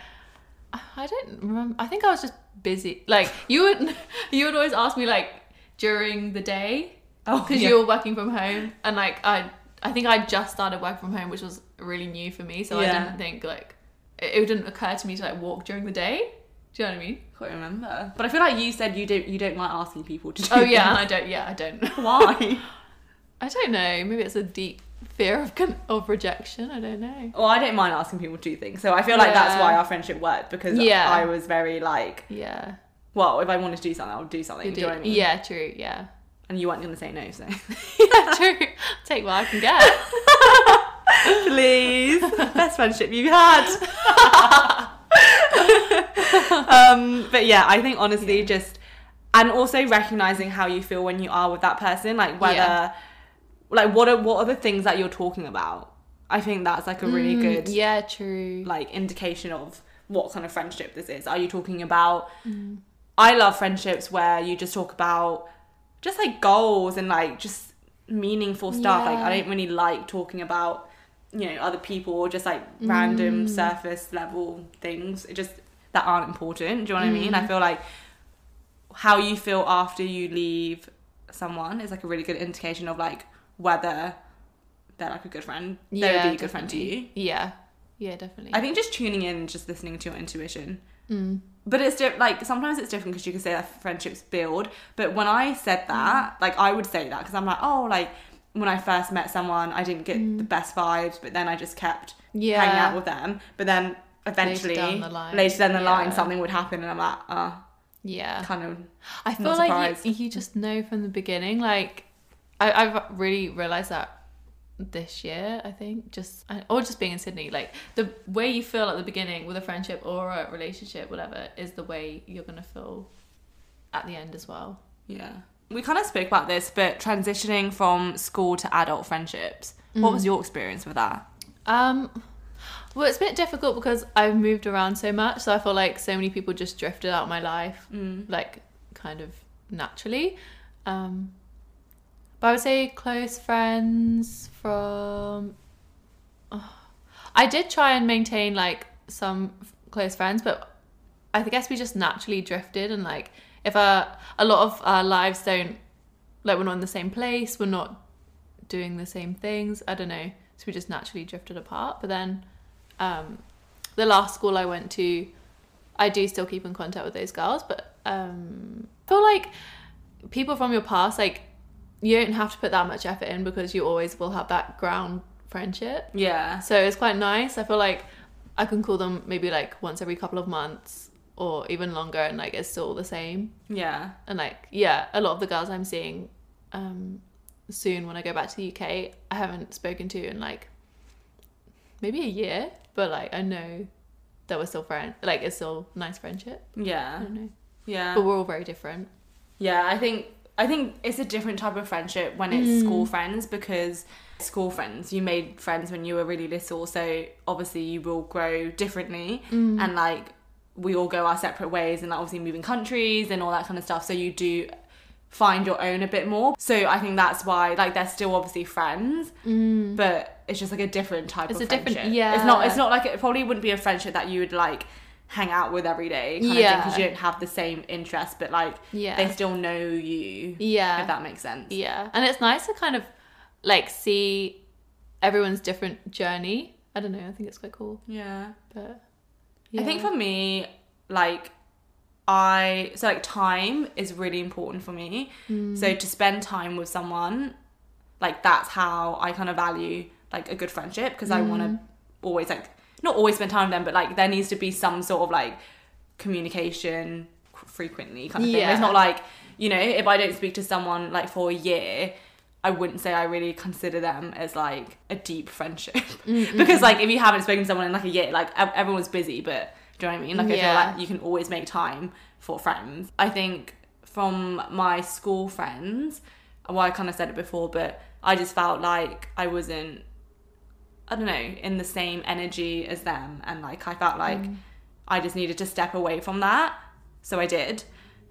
[SPEAKER 2] I- I don't remember. I think I was just busy. Like you would you would always ask me like during the day
[SPEAKER 3] Oh,
[SPEAKER 2] because you were working from home, and like I I think I just started working from home, which was really new for me, so I
[SPEAKER 3] Yeah.
[SPEAKER 2] didn't think like it, it didn't occur to me to like walk during the day. Do you know what I mean?
[SPEAKER 3] can't remember, but I feel like you said you don't you don't like asking people to do.
[SPEAKER 2] Oh yeah, and I don't. Yeah, I don't.
[SPEAKER 3] things. why?
[SPEAKER 2] I don't know. Maybe it's a deep fear of con- of rejection. I don't know.
[SPEAKER 3] Well, I don't mind asking people to do things, so I feel like that's
[SPEAKER 2] Yeah.
[SPEAKER 3] why our friendship worked because
[SPEAKER 2] Yeah.
[SPEAKER 3] I was very like,
[SPEAKER 2] Yeah.
[SPEAKER 3] well, if I wanted to do something, I would do something.
[SPEAKER 2] You
[SPEAKER 3] Do you know what I mean?
[SPEAKER 2] Yeah, true. Yeah.
[SPEAKER 3] And you weren't gonna say no, so
[SPEAKER 2] yeah, true. Take what I can get.
[SPEAKER 3] please, best friendship you've had. um, but yeah, I think honestly, just and also recognizing how you feel when you are with that person, like whether,
[SPEAKER 2] Yeah.
[SPEAKER 3] like what are what are the things that you're talking about? I think that's like a really good
[SPEAKER 2] Mm, Yeah, true.
[SPEAKER 3] like indication of what kind of
[SPEAKER 2] Mm,
[SPEAKER 3] friendship this is. Are you talking about I love friendships where you just talk about just like goals and like just meaningful stuff. Like
[SPEAKER 2] Yeah.
[SPEAKER 3] I don't really like talking about you know other people or just like
[SPEAKER 2] Mm.
[SPEAKER 3] random surface level things. It just that aren't important. Do you know what I mean?
[SPEAKER 2] Mm.
[SPEAKER 3] I feel like how you feel after you leave someone is like a really good indication of like whether they're like a good friend. they would be a good friend to
[SPEAKER 2] definitely.
[SPEAKER 3] you.
[SPEAKER 2] Yeah. Yeah, definitely.
[SPEAKER 3] I think just tuning in, and just listening to your intuition.
[SPEAKER 2] Mm.
[SPEAKER 3] But it's di- like sometimes it's different because you can say that friendships build. But when I said
[SPEAKER 2] Mm.
[SPEAKER 3] that, like I would say that because I'm like, oh, like when I first met someone, I didn't get the best vibes, but then I just kept
[SPEAKER 2] Mm. Yeah.
[SPEAKER 3] hanging out with them. But then eventually,
[SPEAKER 2] down the line.
[SPEAKER 3] later down the line,
[SPEAKER 2] Yeah.
[SPEAKER 3] something would happen, and I'm like, uh,
[SPEAKER 2] yeah.
[SPEAKER 3] kind of
[SPEAKER 2] I
[SPEAKER 3] Not
[SPEAKER 2] feel like
[SPEAKER 3] surprised.
[SPEAKER 2] you, you just know from the beginning. Like, I, I've really realized that this year. I think just I- or just being in Sydney, like the way you feel at the beginning with a friendship or a relationship, whatever, is the way you're gonna feel at the end as well.
[SPEAKER 3] yeah. We kind of spoke about this, but transitioning from school to adult friendships. What
[SPEAKER 2] Mm.
[SPEAKER 3] was your experience with that?
[SPEAKER 2] Um, well, it's a bit difficult because I've moved around so much, so I feel like so many people just drifted out of my life, like kind of naturally. Um, but I would say close friends from. oh. I did try and maintain like some f- close friends, but I guess we just naturally drifted and like if our a lot of our lives don't like we're not in the same place, we're not doing the same things. I don't know. So we just naturally drifted apart. But then um, the last school I went to, I do still keep in contact with those girls. But um, I feel like people from your past, like you don't have to put that much effort in because you always will have that ground friendship.
[SPEAKER 3] Yeah,
[SPEAKER 2] So it's quite nice. I feel like I can call them maybe like once every couple of months or even longer and like it's still the same
[SPEAKER 3] yeah,
[SPEAKER 2] and like yeah a lot of the girls i'm seeing um soon when i go back to the uk i haven't spoken to in like maybe a year but like i know that we're still friends like it's still nice friendship i
[SPEAKER 3] yeah,
[SPEAKER 2] don't know
[SPEAKER 3] yeah.
[SPEAKER 2] but we're all very different
[SPEAKER 3] Yeah, I think I think it's a different type of friendship when it's
[SPEAKER 2] Mm.
[SPEAKER 3] school friends because school friends you made friends when you were really little, so obviously you will grow differently
[SPEAKER 2] Mm.
[SPEAKER 3] and like we all go our separate ways and like, obviously moving countries and all that kind of stuff. So you do find your own a bit more. So I think that's why like they're still obviously friends, but it's just like a different type
[SPEAKER 2] Mm. It's
[SPEAKER 3] of
[SPEAKER 2] a different-
[SPEAKER 3] friendship.
[SPEAKER 2] yeah.
[SPEAKER 3] It's not it's not like it probably wouldn't be a friendship that you would like hang out with every day kind of
[SPEAKER 2] Yeah.
[SPEAKER 3] thing because you don't have the same interests but like
[SPEAKER 2] Yeah.
[SPEAKER 3] they still know you
[SPEAKER 2] yeah
[SPEAKER 3] if that makes sense
[SPEAKER 2] yeah and it's nice to kind of like see everyone's different journey i don't know i think it's quite cool
[SPEAKER 3] yeah
[SPEAKER 2] but
[SPEAKER 3] I think for me, like I so like time is really important for me.
[SPEAKER 2] Mm.
[SPEAKER 3] So
[SPEAKER 2] Mm-hmm.
[SPEAKER 3] to spend time with someone, like that's how I kind of value like a good friendship because
[SPEAKER 2] Mm-hmm.
[SPEAKER 3] I want to always like not always spend time with them, but like there needs to be some sort of like communication qu- frequently kind of thing.
[SPEAKER 2] Yeah.
[SPEAKER 3] It's not like you know if I don't speak to someone like for a year. I wouldn't say I really consider them as like a deep friendship
[SPEAKER 2] Mm. Mm-hmm.
[SPEAKER 3] because like if you haven't spoken to someone in like a year like ev- everyone's busy but do you know what i mean like i feel
[SPEAKER 2] Yeah.
[SPEAKER 3] like you can always make time for friends i think from my school friends well i kind of said it before but i just felt like i wasn't i don't know in the same energy as them and like i felt like i just needed to step away from that so i did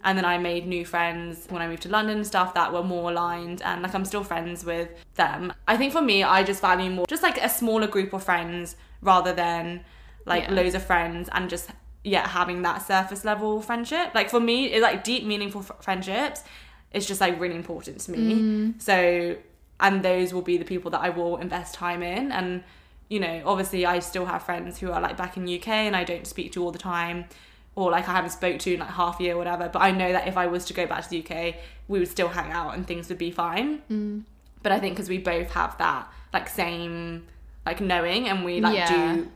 [SPEAKER 3] and then I made new friends when I moved to London and stuff that were more aligned and like I'm still friends with them. I think for me I just value more just like a smaller group of friends rather than like
[SPEAKER 2] Yeah.
[SPEAKER 3] loads of friends and just yeah having that surface level friendship. Like for me it's like deep meaningful f- friendships is just like really important to me. So and those will be the people that I will invest time in and you know obviously I still have friends who are like back in UK and I don't speak to all the time or like I haven't spoke to in like half a year or whatever. But I know that if I was to go back to the UK, we would still hang out and things would be fine. But I think because we both have that like same like knowing and we like
[SPEAKER 2] Yeah.
[SPEAKER 3] do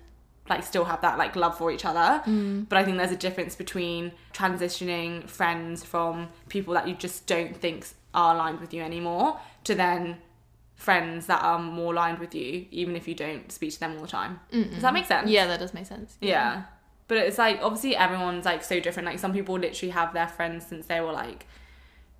[SPEAKER 3] like still have that like love for each other. But I think there's a difference between transitioning friends from people that you just don't think are aligned with you anymore to then friends that are more aligned with you even if you don't speak to them all the time. Does that make sense?
[SPEAKER 2] Mm-hmm. yeah that does make sense
[SPEAKER 3] Yeah. But it's like obviously everyone's like so different. Like some people literally have their friends since they were like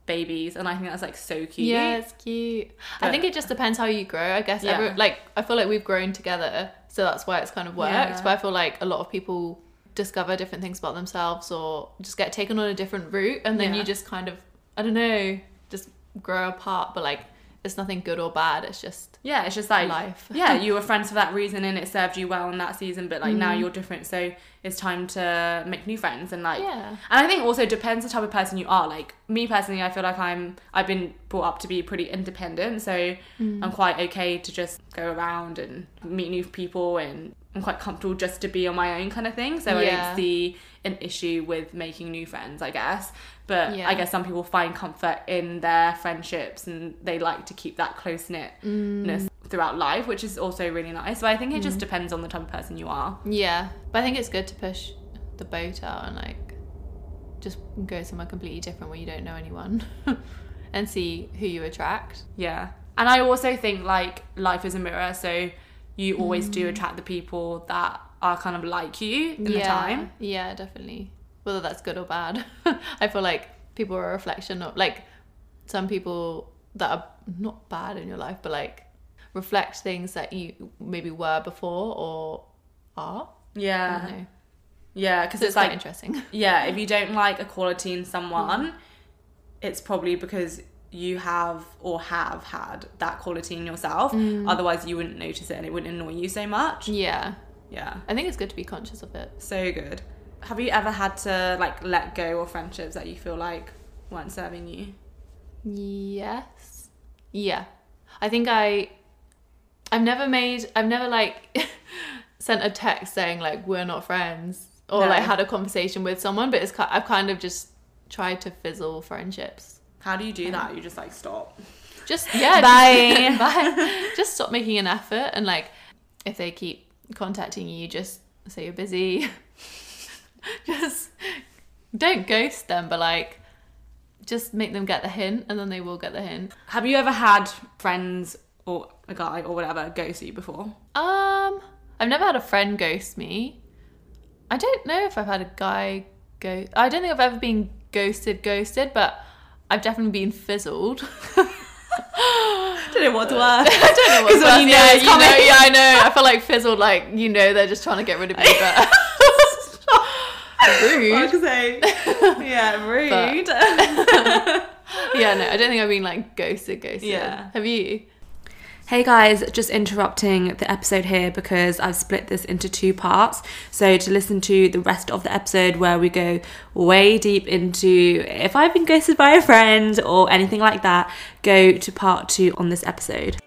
[SPEAKER 3] babies and I think that's like so cute.
[SPEAKER 2] Yeah, it's cute. I
[SPEAKER 3] But-
[SPEAKER 2] think it just depends how you grow. I guess
[SPEAKER 3] Yeah.
[SPEAKER 2] every, like I feel like we've grown together, so that's why it's kind of worked.
[SPEAKER 3] Yeah.
[SPEAKER 2] But I feel like a lot of people discover different things about themselves or just get taken on a different route, and then
[SPEAKER 3] Yeah.
[SPEAKER 2] you just kind of I don't know, just grow apart, but like it's nothing good or bad. It's just
[SPEAKER 3] Yeah, it's just like
[SPEAKER 2] life.
[SPEAKER 3] yeah, you were friends for that reason and it served you well in that season, but like now you're different, so it's time to make new friends and like
[SPEAKER 2] Yeah.
[SPEAKER 3] and I think also depends the type of person you are. Like me personally, I feel like I'm I've been brought up to be pretty independent, so
[SPEAKER 2] Mm.
[SPEAKER 3] I'm quite okay to just go around and meet new people and I'm quite comfortable just to be on my own kind of thing. So I
[SPEAKER 2] Yeah.
[SPEAKER 3] don't see an issue with making new friends, I guess. But
[SPEAKER 2] Yeah.
[SPEAKER 3] I guess some people find comfort in their friendships and they like to keep that close
[SPEAKER 2] Mm.
[SPEAKER 3] knitness throughout life, which is also really nice. So I think it just depends on the type of person you are.
[SPEAKER 2] Yeah. But I think it's good to push the boat out and like just go somewhere completely different where you don't know anyone and see who you attract.
[SPEAKER 3] Yeah. And I also think like life is a mirror, so you always do attract the people that are kind of like you in
[SPEAKER 2] yeah.
[SPEAKER 3] the time.
[SPEAKER 2] Yeah, definitely. Whether that's good or bad. I feel like people are a reflection of like some people that are not bad in your life, but like reflect things that you maybe were before or are. I
[SPEAKER 3] Yeah.
[SPEAKER 2] don't know.
[SPEAKER 3] Yeah, because
[SPEAKER 2] So
[SPEAKER 3] Uh-huh. it's,
[SPEAKER 2] it's quite
[SPEAKER 3] like
[SPEAKER 2] interesting.
[SPEAKER 3] yeah, if you don't like a quality in someone, it's probably because you have or have had that quality in yourself. Otherwise, you wouldn't notice it and it wouldn't annoy you so much.
[SPEAKER 2] Yeah.
[SPEAKER 3] Yeah.
[SPEAKER 2] I think it's good to be conscious of it.
[SPEAKER 3] So good. Have you ever had to like let go of friendships that you feel like weren't serving you?
[SPEAKER 2] Yes. Yeah. I think I I've never made I've never like sent a text saying like we're not friends or
[SPEAKER 3] No.
[SPEAKER 2] like had a conversation with someone but it's ki- I've kind of just tried to fizzle friendships.
[SPEAKER 3] How do you do that? You just like stop.
[SPEAKER 2] Just yeah.
[SPEAKER 3] Bye.
[SPEAKER 2] Just, bye. Just stop making an effort and like if they keep contacting you just say you're busy. just don't ghost them but like just make them get the hint and then they will get the hint.
[SPEAKER 3] Have you ever had friends or a guy or whatever ghost you before?
[SPEAKER 2] Um, I've never had a friend ghost me. I don't know if I've had a guy go. I don't think I've ever been ghosted, ghosted, but I've definitely been fizzled.
[SPEAKER 3] I don't know what's worse.
[SPEAKER 2] I don't know what's
[SPEAKER 3] 'Cause when
[SPEAKER 2] worse.
[SPEAKER 3] you know
[SPEAKER 2] yeah,
[SPEAKER 3] it's
[SPEAKER 2] you know,
[SPEAKER 3] coming.
[SPEAKER 2] yeah, I know. I feel like fizzled, like you know, they're just trying to get rid of me. But rude.
[SPEAKER 3] yeah, rude.
[SPEAKER 2] Yeah, no, I don't think I've been like ghosted, ghosted.
[SPEAKER 3] Yeah.
[SPEAKER 2] Have you?
[SPEAKER 1] Hey guys, just interrupting the episode here because I've split this into two parts. So, to listen to the rest of the episode where we go way deep into if I've been ghosted by a friend or anything like that, go to part two on this episode.